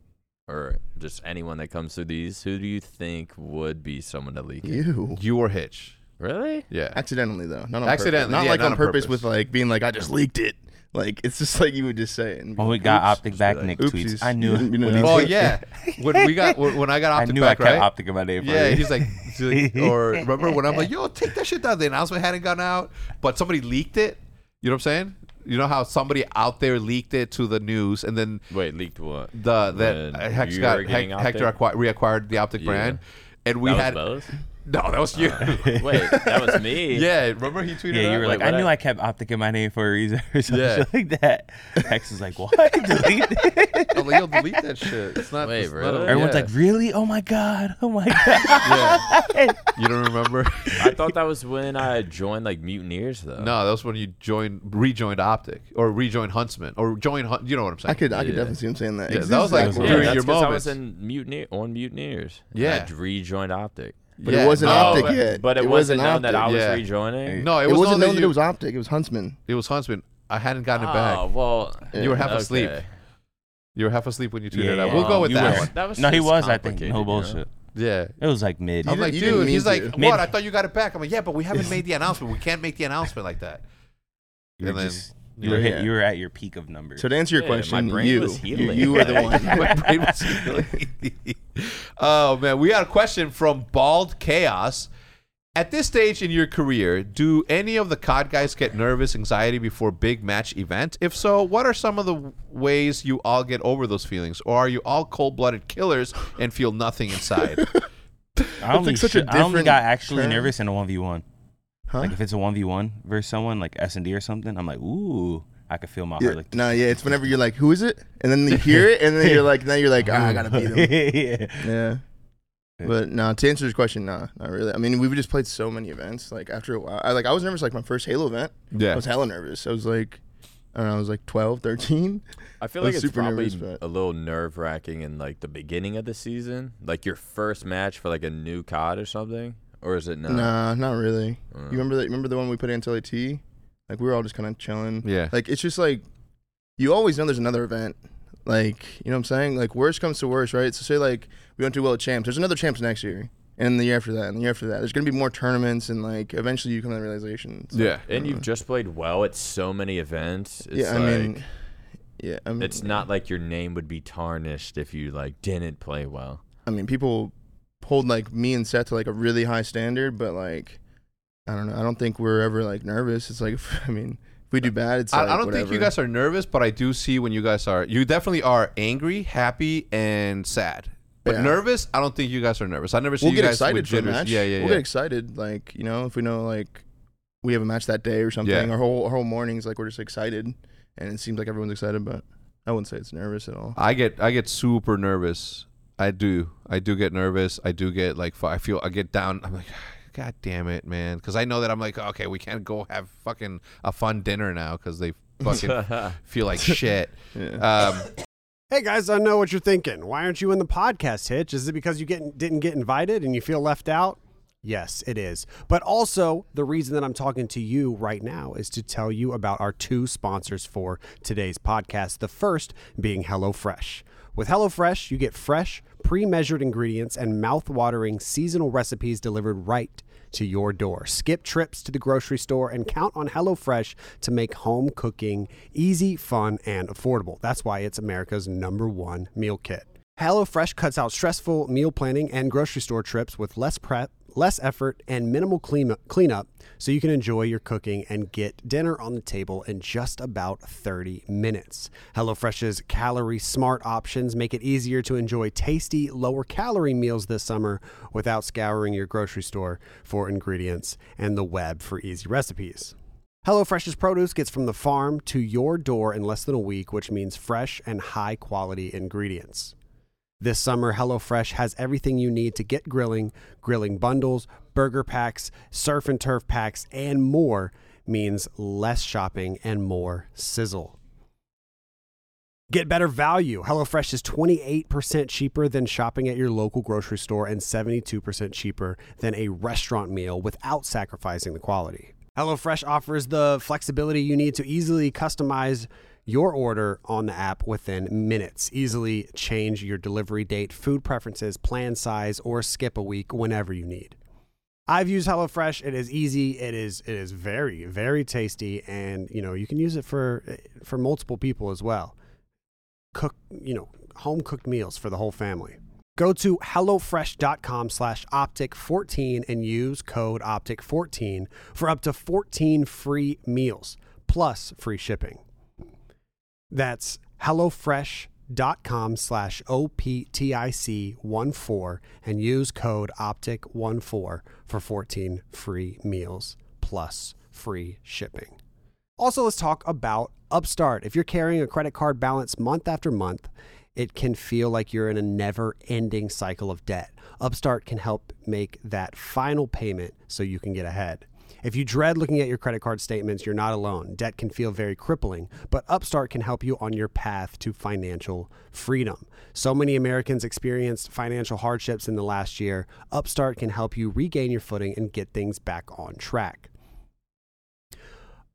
Speaker 2: or just anyone that comes through these, who do you think would be someone to leak? it?
Speaker 3: you
Speaker 1: you or Hitch.
Speaker 2: Really?
Speaker 1: Yeah.
Speaker 3: accidentally though, not on
Speaker 1: Accidentally,
Speaker 3: purpose. not
Speaker 1: yeah,
Speaker 3: like
Speaker 1: not
Speaker 3: on,
Speaker 1: on
Speaker 3: purpose,
Speaker 1: purpose.
Speaker 3: with like being like, I just leaked it. Like it's just like you would just say it. and be
Speaker 4: When we
Speaker 3: like,
Speaker 4: got
Speaker 3: "Oops."
Speaker 4: optic back,
Speaker 2: like,
Speaker 4: Nick
Speaker 3: oopsies.
Speaker 4: tweets. I knew.
Speaker 3: You know,
Speaker 4: when he-
Speaker 3: you
Speaker 1: Oh yeah. When we got when when I got
Speaker 4: I
Speaker 1: opted
Speaker 4: knew I
Speaker 1: back,
Speaker 4: kept
Speaker 1: right?
Speaker 4: optic about it.
Speaker 1: Yeah, he's like, he's like- or remember when I'm like, yo, take that shit down. The announcement hadn't gone out, but somebody leaked it. You know what I'm saying? You know how somebody out there leaked it to the news, and then
Speaker 2: Wait, leaked what?
Speaker 1: the that
Speaker 2: When
Speaker 1: uh, Hex
Speaker 2: you
Speaker 1: got
Speaker 2: were
Speaker 1: Hec-
Speaker 2: getting
Speaker 1: Hector
Speaker 2: optic?
Speaker 1: acqui- reacquired the optic
Speaker 2: Yeah.
Speaker 1: brand, and we
Speaker 2: that
Speaker 1: had
Speaker 2: was Uh,
Speaker 1: no, that was you.
Speaker 2: Bose? Wait, that was me.
Speaker 1: yeah, remember he tweeted?
Speaker 4: Yeah, you
Speaker 1: out?
Speaker 4: were
Speaker 2: Wait,
Speaker 4: like, I
Speaker 2: what
Speaker 4: knew
Speaker 2: I-
Speaker 4: I kept optic in my name for a reason or something
Speaker 1: Yeah.
Speaker 4: like that. Hex is like, what? Delete it.
Speaker 1: I'm like, yo, Oh, delete that shit. It's not.
Speaker 2: Wait,
Speaker 1: it's not
Speaker 2: really?
Speaker 1: a-
Speaker 4: Everyone's
Speaker 1: yeah,
Speaker 4: like, really? Oh my god! Oh my god!
Speaker 1: yeah. you don't remember?
Speaker 2: I thought that was when I joined like Mutineers though.
Speaker 1: No, that was when you joined, rejoined Optic, or rejoined Huntsman, or joined. Hun- you know what I'm saying?
Speaker 3: I could I could
Speaker 2: Yeah.
Speaker 3: definitely see him saying that.
Speaker 1: Yeah,
Speaker 3: 'Cause
Speaker 1: that
Speaker 3: this
Speaker 1: was, like,
Speaker 3: is what-
Speaker 2: Yeah,
Speaker 1: during
Speaker 2: that's
Speaker 1: your
Speaker 2: 'cause I was
Speaker 1: moments.
Speaker 2: in Mutineer on Mutineers.
Speaker 1: Yeah.
Speaker 2: and I rejoined optic.
Speaker 3: but it wasn't
Speaker 1: no,
Speaker 3: optic
Speaker 2: but,
Speaker 3: yet.
Speaker 2: But it, wasn't known that I was
Speaker 1: Yeah.
Speaker 2: rejoining.
Speaker 1: No, it,
Speaker 3: It,
Speaker 1: was
Speaker 3: was not
Speaker 1: known
Speaker 3: known that
Speaker 1: you-
Speaker 3: it was optic. It was huntsman.
Speaker 1: It was Huntsman. I hadn't gotten it
Speaker 2: Oh
Speaker 1: back.
Speaker 2: well,
Speaker 1: You were half
Speaker 2: okay.
Speaker 1: asleep. You were half asleep when you tweeted it
Speaker 4: Yeah,
Speaker 1: out. We'll go
Speaker 2: Um,
Speaker 1: with
Speaker 4: you
Speaker 1: that
Speaker 4: were-
Speaker 1: one.
Speaker 2: That was
Speaker 4: no, he
Speaker 2: just
Speaker 4: was. I think
Speaker 2: complicated,
Speaker 4: no
Speaker 2: you know?
Speaker 4: bullshit.
Speaker 1: Yeah.
Speaker 4: It was like mid.
Speaker 3: You
Speaker 1: I'm like,
Speaker 3: didn't- you didn't
Speaker 1: dude. He's
Speaker 3: mean
Speaker 1: like,
Speaker 3: to.
Speaker 1: what?
Speaker 4: Maybe-
Speaker 1: I thought you got it back. I'm like, yeah, but we haven't made the announcement. We can't make the announcement like that.
Speaker 4: You were,
Speaker 1: and then-
Speaker 4: just, you, were
Speaker 3: Yeah.
Speaker 4: hit, you were at your peak of numbers.
Speaker 3: So to answer your
Speaker 2: Yeah, my
Speaker 3: question,
Speaker 2: brain
Speaker 3: you,
Speaker 2: was
Speaker 3: you
Speaker 2: healing.
Speaker 3: you were the
Speaker 2: Yeah.
Speaker 3: one.
Speaker 1: My brain was healing. oh man, we got a question from Bald Chaos. At this stage in your career, do any of the COD guys get nervous anxiety before big match event? If so, what are some of the ways you all get over those feelings, or are you all cold-blooded killers and feel nothing inside?
Speaker 4: I only,
Speaker 3: like such a
Speaker 4: shit- I only
Speaker 3: different
Speaker 4: got actually
Speaker 3: term.
Speaker 4: nervous in a one v one.
Speaker 3: Huh?
Speaker 4: Like if it's a one v one versus someone like S and D or something, I'm like, ooh, I could feel my
Speaker 3: Yeah,
Speaker 4: heart like.
Speaker 3: no, yeah, it's whenever you're like, who is it? And then you hear it, and then you're like, now you're like, ah, I gotta beat him.
Speaker 4: yeah.
Speaker 3: Yeah. But no, to answer your question, nah, not really. I mean, we've just played so many events. Like after a while, I like I was nervous. Like my first Halo event, I
Speaker 1: yeah,
Speaker 3: was hella nervous. I was like, I don't know, I was like 12, 13.
Speaker 2: I feel
Speaker 3: I
Speaker 2: like
Speaker 3: was
Speaker 2: it's
Speaker 3: super
Speaker 2: probably
Speaker 3: nervous, but-
Speaker 2: a little nerve wracking in like the beginning of the season, like your first match for like a new COD or something, or is it not?
Speaker 3: Nah, not really.
Speaker 2: Mm.
Speaker 3: You remember that? Remember the one we put in until AT? Like we were all just kind of chilling.
Speaker 1: yeah.
Speaker 3: Like it's just like you always know there's another event. Like you know what I'm saying? Like worst comes to worst, right? So say like we don't do well at champs. There's another champs next year, and the year after that, and the year after that. There's gonna be more tournaments, and like eventually you come to the realization. So,
Speaker 1: Yeah.
Speaker 2: And you've just played well at so many events. It's
Speaker 3: Uh. yeah, I
Speaker 2: like,
Speaker 3: mean, yeah, I mean,
Speaker 2: it's not like your name would be tarnished if you like didn't play well.
Speaker 3: I mean, people hold like me and Seth to like a really high standard, but like I don't know. I don't think we're ever like nervous. It's like I mean, if we do bad, it's.
Speaker 1: I,
Speaker 3: like,
Speaker 1: I don't think you
Speaker 3: whatever.
Speaker 1: guys are nervous, but I do see when you guys are. You definitely are angry, happy, and sad. But
Speaker 3: Yeah.
Speaker 1: nervous, I don't think you guys are nervous. I never see
Speaker 3: We'll
Speaker 1: you
Speaker 3: get
Speaker 1: guys
Speaker 3: excited
Speaker 1: with
Speaker 3: for a
Speaker 1: jitters.
Speaker 3: match.
Speaker 1: Yeah, yeah,
Speaker 3: We'll
Speaker 1: yeah.
Speaker 3: get excited, like you know, if we know like we have a match that day or something.
Speaker 1: Yeah.
Speaker 3: Our whole our whole mornings like we're just excited, and it seems like everyone's excited, but I wouldn't say it's nervous at all.
Speaker 1: I get I get super nervous. I do. I do get nervous. I do get like fu- I feel I get down. I'm like, God damn it, man, because I know that I'm like, okay, we can't go have fucking a fun dinner now because they fucking feel like shit.
Speaker 3: Yeah.
Speaker 1: Um,
Speaker 5: Hey guys, I know what you're thinking. Why aren't you in the podcast, Hitch? Is it because you get, didn't get invited and you feel left out? Yes, it is. But also, the reason that I'm talking to you right now is to tell you about our two sponsors for today's podcast. The first being HelloFresh. With HelloFresh, you get fresh, pre measured ingredients and mouth watering seasonal recipes delivered right to your door. Skip trips to the grocery store and count on HelloFresh to make home cooking easy, fun, and affordable. That's why it's America's number one meal kit. HelloFresh cuts out stressful meal planning and grocery store trips with less prep, less effort, and minimal clean cleanup so you can enjoy your cooking and get dinner on the table in just about 30 minutes. HelloFresh's calorie smart options make it easier to enjoy tasty, lower calorie meals this summer without scouring your grocery store for ingredients and the web for easy recipes. HelloFresh's produce gets from the farm to your door in less than a week, which means fresh and high quality ingredients. This summer, HelloFresh has everything you need to get grilling, grilling bundles, burger packs, surf and turf packs, and more means less shopping and more sizzle. Get better value. HelloFresh is 28% cheaper than shopping at your local grocery store and 72% cheaper than a restaurant meal without sacrificing the quality. HelloFresh offers the flexibility you need to easily customize your order on the app within minutes. Easily change your delivery date, food preferences, plan size, or skip a week whenever you need. I've used HelloFresh. It is easy. It is it is very very tasty, and you know you can use it for for multiple people as well. Cook you know home cooked meals for the whole family. Go to HelloFresh.com slash Optic14 and use code Optic14 for up to 14 free meals plus free shipping. That's HelloFresh.com slash OPTIC14 and use code OPTIC14 for 14 free meals plus free shipping. Also, let's talk about Upstart. If you're carrying a credit card balance month after month, it can feel like you're in a never ending cycle of debt. Upstart can help make that final payment so you can get ahead. If you dread looking at your credit card statements, you're not alone. Debt can feel very crippling, but Upstart can help you on your path to financial freedom. So many Americans experienced financial hardships in the last year. Upstart can help you regain your footing and get things back on track.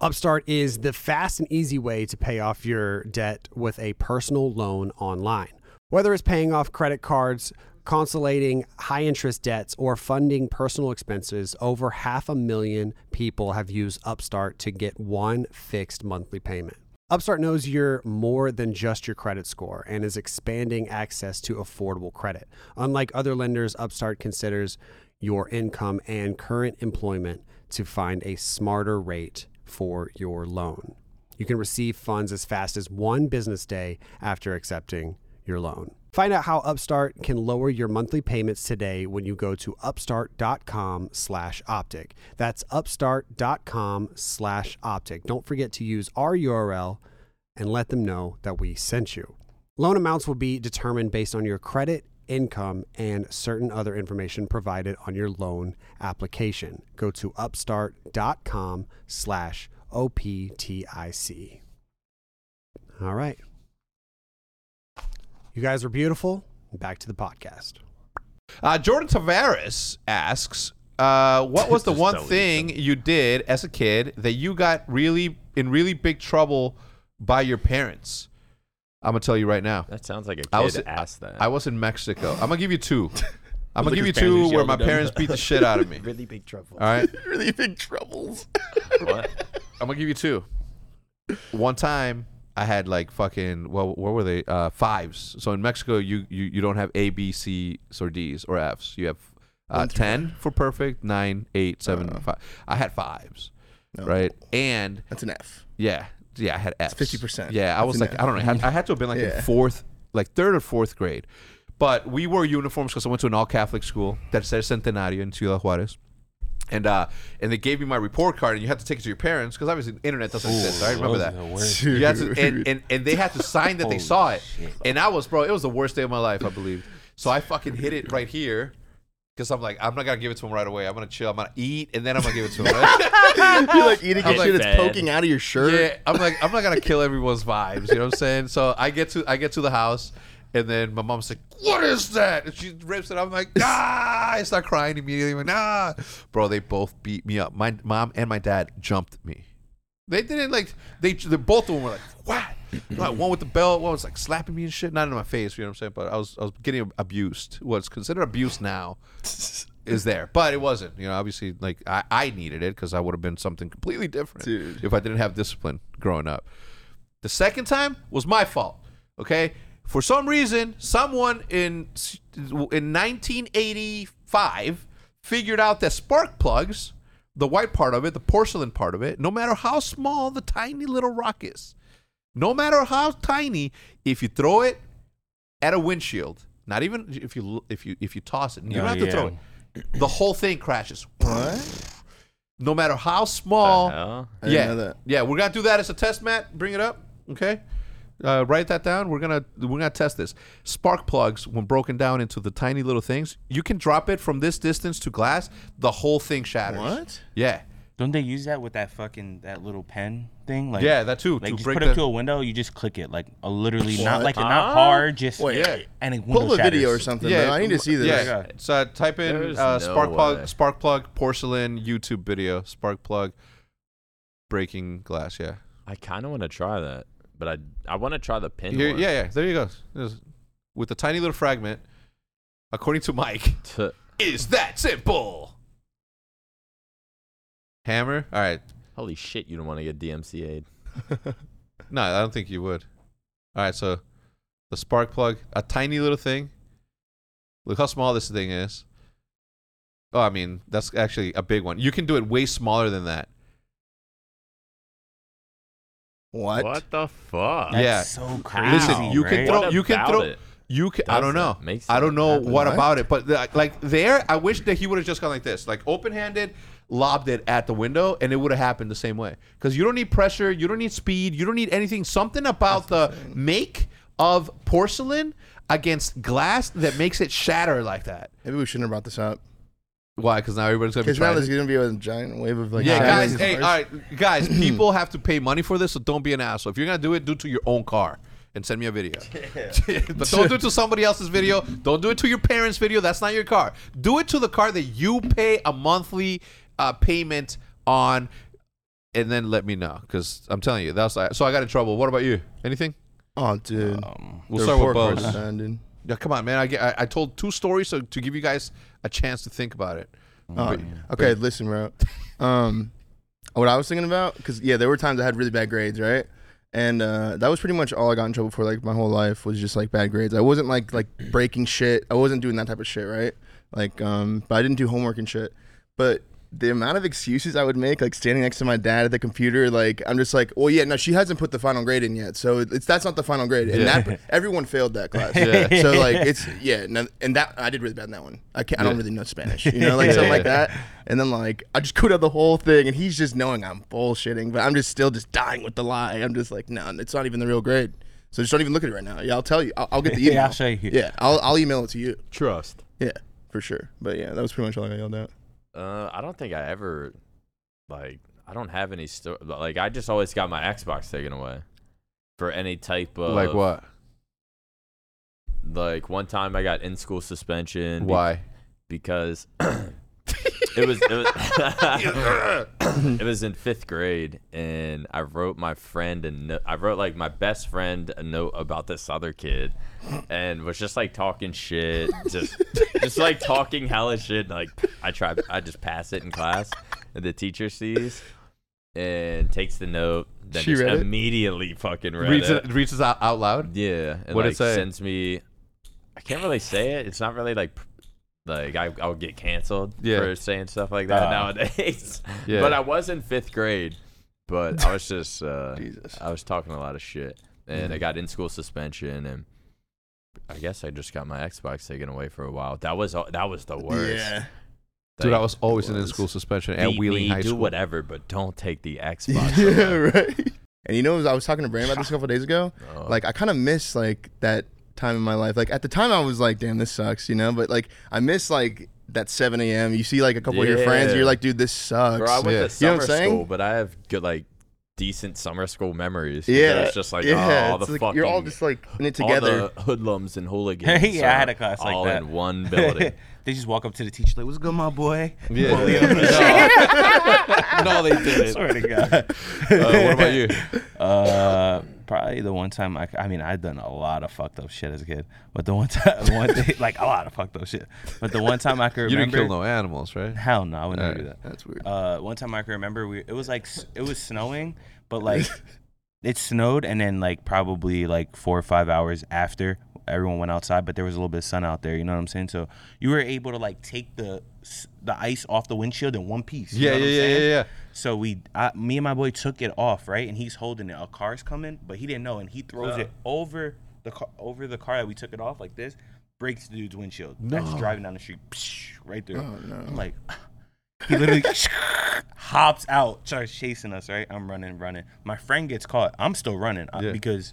Speaker 5: Upstart is the fast and easy way to pay off your debt with a personal loan online. Whether it's paying off credit cards, consolidating high interest debts, or funding personal expenses, over half a million people have used Upstart to get one fixed monthly payment. Upstart knows you're more than just your credit score and is expanding access to affordable credit. Unlike other lenders, Upstart considers your income and current employment to find a smarter rate for your loan. You can receive funds as fast as one business day after accepting your loan. Find out how Upstart can lower your monthly payments today when you go to upstart.com slash optic. That's upstart.com slash optic. Don't forget to use our URL and let them know that we sent you. Loan amounts will be determined based on your credit, income, and certain other information provided on your loan application. Go to upstart.com slash OPTIC. All right. You guys are beautiful. Back to the podcast.
Speaker 1: Uh, Jordan Tavares asks, uh, "What was the
Speaker 2: Just
Speaker 1: one
Speaker 2: don't eat
Speaker 1: thing you did as a kid that you got really in really big trouble by your parents?" I'm gonna tell you right now.
Speaker 2: That sounds like a kid
Speaker 1: I was-
Speaker 2: asked that.
Speaker 1: I was in Mexico. I'm gonna give you two. I'm gonna
Speaker 4: Look
Speaker 1: give you
Speaker 4: at his
Speaker 1: two
Speaker 4: parents
Speaker 1: where my
Speaker 4: yelled at him.
Speaker 1: parents beat the shit out of me.
Speaker 2: really big
Speaker 1: All
Speaker 2: trouble.
Speaker 1: right,
Speaker 3: really big troubles.
Speaker 2: What?
Speaker 1: I'm gonna give you two. One time I had like fucking well, what were they? Uh, fives. So in Mexico, you, you you don't have A, B, C, or D's or F's. You have uh, ten for perfect, nine, eight, seven,
Speaker 2: Uh.
Speaker 1: five. I had fives, right? And
Speaker 3: That's an F.
Speaker 1: yeah, yeah, I had F's.
Speaker 3: 50%.
Speaker 1: Yeah, I
Speaker 3: That's
Speaker 1: was
Speaker 3: an
Speaker 1: like,
Speaker 3: F.
Speaker 1: I don't know, I had, I had to have been like
Speaker 3: Yeah.
Speaker 1: in fourth, like third or fourth grade. But we wore uniforms because I went to an all Catholic school, Tercer Centenario in Ciudad Juarez. And uh, and they gave me my report card, and you had to take it to your parents because obviously the internet doesn't exist. I remember
Speaker 4: those
Speaker 1: that.
Speaker 4: are the worst.
Speaker 1: You had to, and, and, and they had to sign that they
Speaker 4: Holy
Speaker 1: saw it.
Speaker 4: shit.
Speaker 1: And I was, bro, it was the worst day of my life, I believe. So I fucking hit it right here because I'm like, I'm not going to give it to him right away. I'm going to chill. I'm going to eat, and then I'm going to give it to him.
Speaker 3: You're like eating
Speaker 2: I'm
Speaker 3: shit
Speaker 2: like
Speaker 3: that's
Speaker 2: bad.
Speaker 3: poking out of your shirt.
Speaker 1: Yeah, I'm like, I'm not gonna kill everyone's vibes. You know what I'm saying? So I get to I get to the house And then my mom's like, "What is that?" And she rips it. I'm like, "Ah!" I start crying immediately. I'm like, "Nah, bro!" They both beat me up. My mom and my dad jumped me. They didn't like. They the both of them were like, "What?" Like, one with the belt, one was like slapping me and shit. Not in my face, you know what I'm saying? But I was I was getting abused. What's considered abuse now is there, but it wasn't. You know, obviously, like I, I needed it because I would have been something completely different
Speaker 3: Dude.
Speaker 1: if I didn't have discipline growing up. The second time was my fault. Okay, for some reason, someone in s- in 1985 figured out that spark plugs, the white part of it, the porcelain part of it, no matter how small the tiny little rock is, no matter how tiny, if you throw it at a windshield, not even if you if you if you toss it, you
Speaker 4: Oh,
Speaker 1: don't have to
Speaker 4: yeah.
Speaker 1: throw it. The whole thing crashes.
Speaker 3: What?
Speaker 1: No matter how
Speaker 4: Uh-huh.
Speaker 2: The
Speaker 1: small.
Speaker 2: hell?
Speaker 3: I didn't
Speaker 1: Yeah,
Speaker 3: know that.
Speaker 1: yeah, we're gonna do that as a test, Matt. Bring it up, okay? Uh, write that down. We're gonna we're gonna test this. Spark plugs, when broken down into the tiny little things, you can drop it from this distance to glass. The whole thing shatters.
Speaker 3: What?
Speaker 1: Yeah,
Speaker 4: Don't they use that with that fucking that little pen thing? Like
Speaker 1: Yeah, that too,
Speaker 4: Like
Speaker 1: to
Speaker 4: you just
Speaker 1: break
Speaker 4: put it up
Speaker 1: the-
Speaker 4: to a window, you just click it, like a literally not
Speaker 3: What?
Speaker 4: like not hard, just
Speaker 3: Wait.
Speaker 1: Yeah.
Speaker 4: and it window
Speaker 3: Pull a video or
Speaker 4: shatters.
Speaker 3: something.
Speaker 1: yeah.
Speaker 3: man. I need to see this.
Speaker 1: Yeah. So uh, type in
Speaker 2: There's
Speaker 1: uh,
Speaker 2: no
Speaker 1: spark plug
Speaker 2: way.
Speaker 1: spark plug porcelain YouTube video spark plug breaking glass. Yeah.
Speaker 2: I kind of want to try that, but I I want to try the pin.
Speaker 1: Here,
Speaker 2: one.
Speaker 1: yeah, yeah. There you go. There's- with a tiny little fragment, according to Mike,
Speaker 2: T-
Speaker 1: is that simple? Hammer. All right.
Speaker 2: holy shit! You don't want to get DMCA'd.
Speaker 1: No, I don't think you would. All right. So the spark plug, a tiny little thing. Look how small this thing is. Oh, I mean, that's actually a big one. You can do it way smaller than that.
Speaker 3: What?
Speaker 2: the fuck?
Speaker 4: That's
Speaker 1: Yeah.
Speaker 4: so crazy.
Speaker 1: Listen, you
Speaker 4: right?
Speaker 1: can throw,
Speaker 2: What
Speaker 1: you can
Speaker 2: about
Speaker 1: throw,
Speaker 2: it
Speaker 1: you can. I
Speaker 2: does
Speaker 1: don't
Speaker 2: that?
Speaker 1: know.
Speaker 2: Makes
Speaker 1: I don't
Speaker 2: it
Speaker 1: know
Speaker 2: happen?
Speaker 1: what
Speaker 3: What?
Speaker 1: about it, but like, like there, I wish that he would have just gone like this, like open-handed, lobbed it at the window, and it would have happened the same way. Because you don't need pressure, you don't need speed, you don't need anything. Something about the make of porcelain against glass that makes it shatter like that.
Speaker 3: Maybe we shouldn't have brought this up.
Speaker 1: Why? Because now everybody's gonna be
Speaker 3: Because now
Speaker 1: trying.
Speaker 3: there's gonna be a giant wave of like.
Speaker 1: yeah,
Speaker 3: shadowy
Speaker 1: guys. Hey, all
Speaker 3: cars.
Speaker 1: right, guys. People have to pay money for this, so don't be an asshole. If you're gonna do it, do it to your own car and send me a video. but don't do it to somebody else's video. Don't do it to your parents' video. That's not your car. Do it to the car that you pay a monthly uh, payment on, and then let me know. Because I'm telling you, that's so. I got in trouble. What about you? Anything?
Speaker 3: Oh, dude.
Speaker 4: Um,
Speaker 1: We'll
Speaker 3: They're
Speaker 1: start with
Speaker 3: pork
Speaker 1: Bose.
Speaker 3: roast, man, dude.
Speaker 1: Yeah, come on, man. I, get, I I told two stories so to give you guys a chance to think about it.
Speaker 3: Oh, okay, listen, bro. Um, what I was thinking about, because yeah, there were times I had really bad grades, right? And uh, that was pretty much all I got in trouble for, like my whole life was just like bad grades. I wasn't like like breaking shit. I wasn't doing that type of shit, right? Like, um, but I didn't do homework and shit. But the amount of excuses I would make, like standing next to my dad at the computer, like I'm just like, well, yeah, no, she hasn't put the final grade in yet, so it's that's not the final grade. And that everyone failed that class.
Speaker 1: Yeah.
Speaker 3: So like it's yeah, no, and that I did really bad in that one. I can't, I don't really know Spanish, you know, like something like that. And then like I just could have the whole thing, and he's just knowing I'm bullshitting, but I'm just still just dying with the lie. I'm just like, no, it's not even the real grade. So just don't even look at it right now. Yeah, I'll tell you. I'll, I'll get the
Speaker 4: Yeah,
Speaker 3: email.
Speaker 4: I'll show you.
Speaker 3: Yeah, I'll, I'll email it to you.
Speaker 2: Trust.
Speaker 3: Yeah, for sure. But yeah, that was pretty much all I got yelled at.
Speaker 2: Uh, I don't think I ever, like, I don't have any sto- Like, I just always got my Xbox taken away for any type of
Speaker 1: like what?
Speaker 2: Like one time I got in school suspension. be-
Speaker 1: Why?
Speaker 2: because it was it was, it was in fifth grade, and I wrote my friend and I wrote like my best friend a note about this other kid, and was just like talking shit, just just like talking hella shit. Like I try, I just pass it in class, and the teacher sees. And takes the note, then
Speaker 3: She
Speaker 2: just
Speaker 3: read it?
Speaker 2: immediately fucking read
Speaker 1: Reads
Speaker 2: it.
Speaker 1: it, reads it out, out loud.
Speaker 2: Yeah, and
Speaker 1: What'd
Speaker 2: like
Speaker 1: it say?
Speaker 2: sends me. I can't really say it. It's not really like pr- like I I'll get canceled
Speaker 1: Yeah.
Speaker 2: for saying stuff like that
Speaker 4: Ah.
Speaker 2: nowadays.
Speaker 1: Yeah.
Speaker 2: But I was in fifth grade, but I was just uh,
Speaker 3: Jesus.
Speaker 2: I was talking a lot of shit, and I got in school suspension, and I guess I just got my Xbox taken away for a while. That was all- that was the worst.
Speaker 3: Yeah.
Speaker 1: Dude, I
Speaker 2: Like,
Speaker 1: was always in
Speaker 2: was.
Speaker 1: in-school suspension at
Speaker 2: beat
Speaker 1: Wheeling
Speaker 2: me,
Speaker 1: High
Speaker 2: do
Speaker 1: School.
Speaker 2: whatever, but don't take the Xbox.
Speaker 3: yeah,
Speaker 2: away.
Speaker 3: right. And you know, I was talking to Brandon about this a couple days ago.
Speaker 2: Oh.
Speaker 3: Like, I kind of miss like that time in my life. Like at the time, I was like, "Damn, this sucks," you know. But like, I miss like that 7 a.m. You see like a couple of your friends,
Speaker 2: Yeah.
Speaker 3: and you're like, "Dude, this sucks."
Speaker 2: Bro, I went
Speaker 1: Yeah.
Speaker 2: to
Speaker 3: You know
Speaker 2: summer
Speaker 3: what I'm saying?
Speaker 2: school, but I have good like decent summer school memories. 'cause
Speaker 3: Yeah,
Speaker 2: it's just like
Speaker 3: yeah,
Speaker 2: oh, all the
Speaker 3: it's like
Speaker 2: fucking
Speaker 3: you're all just like in it
Speaker 2: all
Speaker 3: together.
Speaker 2: the hoodlums and hooligans.
Speaker 4: Yeah, I had
Speaker 2: are
Speaker 4: a class like
Speaker 2: all
Speaker 4: that.
Speaker 2: in one building.
Speaker 4: they just walk up to the teacher like, "What's good, my boy?"
Speaker 1: no. no, they didn't.
Speaker 4: Swear to God.
Speaker 1: Uh, what about you?
Speaker 4: Uh, probably the one time I, I mean, I've done a lot of fucked up shit as a kid, but the one time, one day, like a lot of fucked up shit. But the one time I could
Speaker 1: You didn't
Speaker 4: remember,
Speaker 1: kill no animals, right?
Speaker 4: hell no, I would never do that.
Speaker 3: That's weird.
Speaker 4: Uh, one time I can remember, we it was like s- it was snowing, but like it snowed, and then like probably like four or five hours after everyone went outside, but there was a little bit of sun out there. You know what I'm saying? So you were able to like take the s- the ice off the windshield in one piece. you
Speaker 1: Yeah,
Speaker 4: know what I'm
Speaker 1: yeah, yeah,
Speaker 4: saying?
Speaker 1: yeah, yeah.
Speaker 4: So we, I, me and my boy took it off, right? And he's holding it. A car's coming, but he didn't know, and he throws it over the car, over the car that we took it off like this, breaks the dude's windshield. That's driving down the street, psh, right through.
Speaker 1: Oh,
Speaker 4: I'm like, he literally hops out, starts chasing us. Right, I'm running, running. My friend gets caught. I'm still running uh,
Speaker 1: Yeah.
Speaker 4: because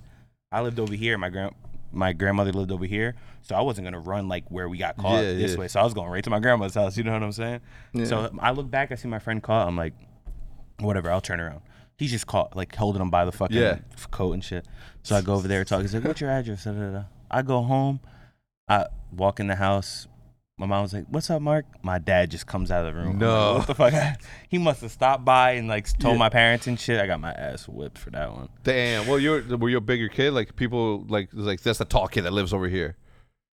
Speaker 4: I lived over here. My grand, my grandmother lived over here, so I wasn't gonna run like where we got caught
Speaker 1: Yeah,
Speaker 4: this
Speaker 1: yeah.
Speaker 4: way. So I was going right to my grandma's house. You know what I'm saying? So um, I look back, I see my friend caught. I'm like, whatever. I'll turn around. He's just caught, like holding him by the fucking
Speaker 1: Yeah.
Speaker 4: f- coat and shit. So I go over there, talk. He's like, "What's your address?" Da, da, da. I go home. I walk in the house. My mom was like, "What's up, Mark?" My dad just comes out of the room. I'm like,
Speaker 1: No.
Speaker 4: what the fuck? he must have stopped by and like told my parents and shit. I got my ass whipped for that one.
Speaker 1: Damn. Well, you were were you a bigger kid? Like people like like that's the tall kid that lives over here.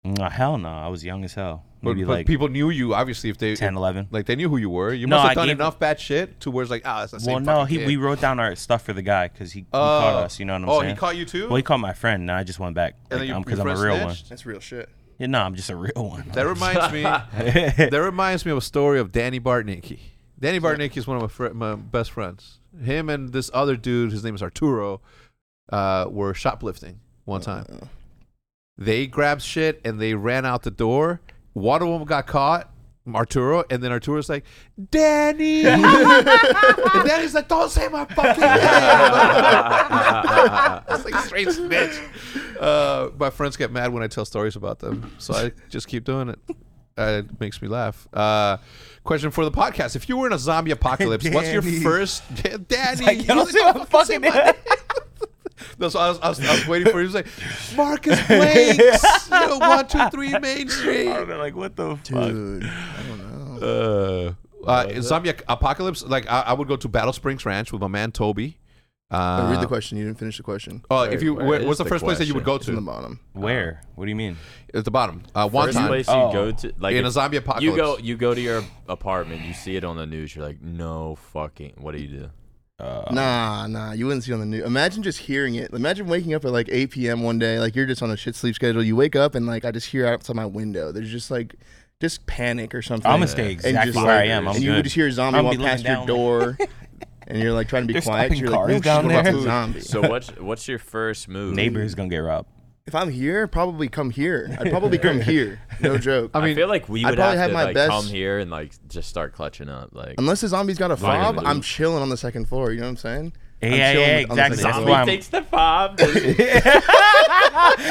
Speaker 4: Nah, Mm, uh, hell no, I was young as hell.
Speaker 1: But,
Speaker 4: Maybe
Speaker 1: but
Speaker 4: like
Speaker 1: people knew you obviously if they
Speaker 4: 10,
Speaker 1: if-
Speaker 4: 11.
Speaker 1: like they knew who you were. You
Speaker 4: No,
Speaker 1: must
Speaker 4: I
Speaker 1: have done
Speaker 4: gave-
Speaker 1: enough bad shit to where it's like ah, it's the same.
Speaker 4: Well, no,
Speaker 1: fucking
Speaker 4: he
Speaker 1: kid.
Speaker 4: we wrote down our stuff for the guy because he, he
Speaker 1: Oh.
Speaker 4: caught us. You know what I'm
Speaker 1: Oh,
Speaker 4: saying?
Speaker 1: he caught you too.
Speaker 4: Well, he caught my friend, and I just went back.
Speaker 1: and
Speaker 4: like,
Speaker 1: then you,
Speaker 4: I'm-
Speaker 1: your
Speaker 4: I'm
Speaker 1: friend
Speaker 4: a real one.
Speaker 1: snitched?
Speaker 3: That's real shit.
Speaker 4: Yeah, no, I'm just a real one.
Speaker 1: That reminds me. that reminds me of a story of Danny Bartnicki. Danny Bartnicki is one of my, fri my best friends. Him and this other dude, his name is Arturo, uh, were shoplifting one time. They grabbed shit and they ran out the door. One of them got caught, Arturo, and then Arturo's like, "Danny," and Danny's like, "Don't say my fucking name." It's like straight snitch. Uh, my friends get mad when I tell stories about them, so I just keep doing it. Uh, it makes me laugh. Uh, question for the podcast: If you were in a zombie apocalypse, what's your
Speaker 4: Danny.
Speaker 1: first Danny?
Speaker 4: like,
Speaker 1: you
Speaker 4: "Don't
Speaker 1: really
Speaker 4: say
Speaker 1: don't
Speaker 4: my
Speaker 1: fucking say
Speaker 4: fucking
Speaker 1: my name." That's what I was, I was, I was waiting for. He was like, Marcus Blake's, you know, one, two, three Main Street.
Speaker 4: I've been like, what the fuck?
Speaker 3: Dude, I don't know.
Speaker 1: Uh, uh, zombie ac- apocalypse. Like I, I would go to Battle Springs Ranch with my man Toby. Uh,
Speaker 3: read the question. You didn't finish the question.
Speaker 1: oh, if you,
Speaker 2: Wait,
Speaker 1: where,
Speaker 2: where
Speaker 1: what's
Speaker 2: is
Speaker 1: the
Speaker 2: the
Speaker 1: first place that you would go
Speaker 3: It's in the
Speaker 1: to?
Speaker 3: bottom.
Speaker 4: Where? What do you mean?
Speaker 1: At the bottom. Uh, one
Speaker 2: First
Speaker 1: time
Speaker 2: place
Speaker 4: Oh.
Speaker 2: you go to, like
Speaker 1: in
Speaker 2: if
Speaker 1: a zombie apocalypse.
Speaker 2: you go, you go to your apartment, you see it on the news, you're like, no fucking, what do you do?
Speaker 3: Nah, nah, you wouldn't see on the news. Imagine just hearing it. Imagine waking up at like 8 p.m. one day, like you're just on a shit sleep schedule. You wake up and like I just hear outside my window. There's just like just panic or something.
Speaker 4: I'ma stay exactly where I am. I'm
Speaker 3: and you
Speaker 4: good.
Speaker 3: just hear a zombie
Speaker 4: I'ma be
Speaker 3: walk past
Speaker 4: looking
Speaker 3: your
Speaker 4: down,
Speaker 3: door, and you're like trying to be
Speaker 4: They're
Speaker 3: quiet. 'cause
Speaker 4: stopping
Speaker 3: You're like, "Ooh,
Speaker 4: cars down
Speaker 3: shit, we're about
Speaker 4: there."
Speaker 3: to zombie.
Speaker 2: So what's what's your first move?
Speaker 4: Neighbor's gonna get robbed.
Speaker 3: if I'm here, probably come here. I'd probably come here. No joke.
Speaker 2: I, feel like we
Speaker 3: I'd
Speaker 2: would have
Speaker 3: probably
Speaker 2: to
Speaker 3: have my
Speaker 2: like
Speaker 3: best-
Speaker 2: come here and like just start clutching up, like
Speaker 3: Unless the zombie's got a
Speaker 2: Lion
Speaker 3: fob,
Speaker 2: Luke.
Speaker 3: I'm chilling on the second floor. You know what I'm saying? I'm
Speaker 4: Yeah, yeah,
Speaker 3: chilling
Speaker 4: yeah,
Speaker 3: on the
Speaker 4: exactly.
Speaker 3: second floor.
Speaker 4: That's
Speaker 2: Zombie
Speaker 4: why I'm-
Speaker 2: takes the fob. just-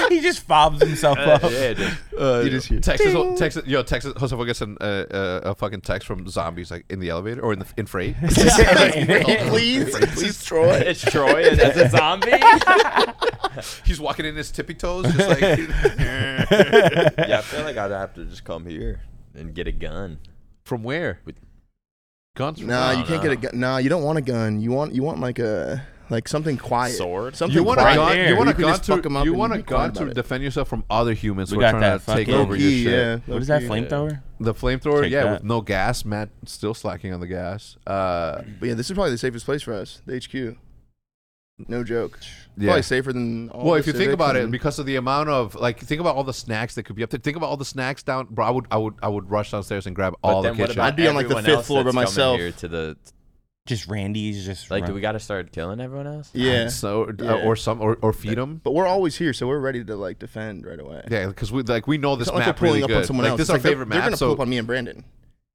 Speaker 4: he just fobs himself up.
Speaker 2: yeah, just-
Speaker 1: Uh,
Speaker 3: You just hear-
Speaker 1: Texas, Texas, yo, Texas. Jose will gets an, uh, uh, a fucking text from zombies like in the elevator or in the in freight.
Speaker 3: please, please, Troy.
Speaker 2: it's Troy and it's a zombie.
Speaker 1: He's walking in his tippy toes, just like
Speaker 2: yeah, I feel like I'd have to just come here and get a gun.
Speaker 1: from where?
Speaker 2: With-
Speaker 1: Guns? from-
Speaker 3: Nah,
Speaker 2: No,
Speaker 3: you can't
Speaker 2: no.
Speaker 3: get a gun. Nah, you don't want a gun. You want you want like a like something quiet.
Speaker 2: Sword?
Speaker 3: Something
Speaker 1: You want a
Speaker 3: quiet.
Speaker 1: gun?
Speaker 4: there.
Speaker 1: You want a
Speaker 3: where can
Speaker 1: gun
Speaker 3: just fuck 'em
Speaker 1: to?
Speaker 3: up
Speaker 1: You
Speaker 3: and
Speaker 1: want a
Speaker 3: be quiet
Speaker 1: gun to
Speaker 3: about it.
Speaker 1: defend yourself from other humans
Speaker 4: We
Speaker 1: who are
Speaker 4: got
Speaker 1: trying
Speaker 4: that
Speaker 1: to take
Speaker 4: fucking-
Speaker 1: over your
Speaker 3: Low-key,
Speaker 1: shit.
Speaker 3: Yeah.
Speaker 4: What is that
Speaker 3: low-key.
Speaker 4: flamethrower?
Speaker 1: The flamethrower,
Speaker 4: Take
Speaker 1: yeah,
Speaker 4: that.
Speaker 1: with no gas. Matt still slacking on the gas. Uh,
Speaker 3: But yeah, this is probably the safest place for us. The HQ. No joke.
Speaker 1: yeah.
Speaker 3: Probably safer than. All
Speaker 1: Well,
Speaker 3: the
Speaker 1: if you think
Speaker 3: civic
Speaker 1: about it,
Speaker 3: and-
Speaker 1: because of the amount of like, think about all the snacks that could be up there. Think about all the snacks down, bro. I would, I would, I would rush downstairs and grab all the kitchen.
Speaker 3: I'd be on, like, the
Speaker 2: everyone
Speaker 3: fifth
Speaker 2: else
Speaker 3: floor by
Speaker 2: that's coming
Speaker 3: myself.
Speaker 2: Here to the
Speaker 4: Just Randy's just
Speaker 2: like,
Speaker 4: run-
Speaker 2: do we got to start killing everyone else?
Speaker 3: yeah.
Speaker 1: so uh,
Speaker 3: Yeah.
Speaker 1: or some or, or feed them.
Speaker 3: But we're always here, so we're ready to like defend right away.
Speaker 1: Yeah, because we like we know this
Speaker 3: It's not like they're
Speaker 1: map
Speaker 3: pulling
Speaker 1: really
Speaker 3: up
Speaker 1: good.
Speaker 3: on someone
Speaker 1: like,
Speaker 3: else.
Speaker 1: This is
Speaker 3: It's
Speaker 1: our
Speaker 3: like they're-
Speaker 1: favorite
Speaker 3: They're
Speaker 1: map.
Speaker 3: gonna pull
Speaker 1: So Uh,
Speaker 3: up on me and Brandon.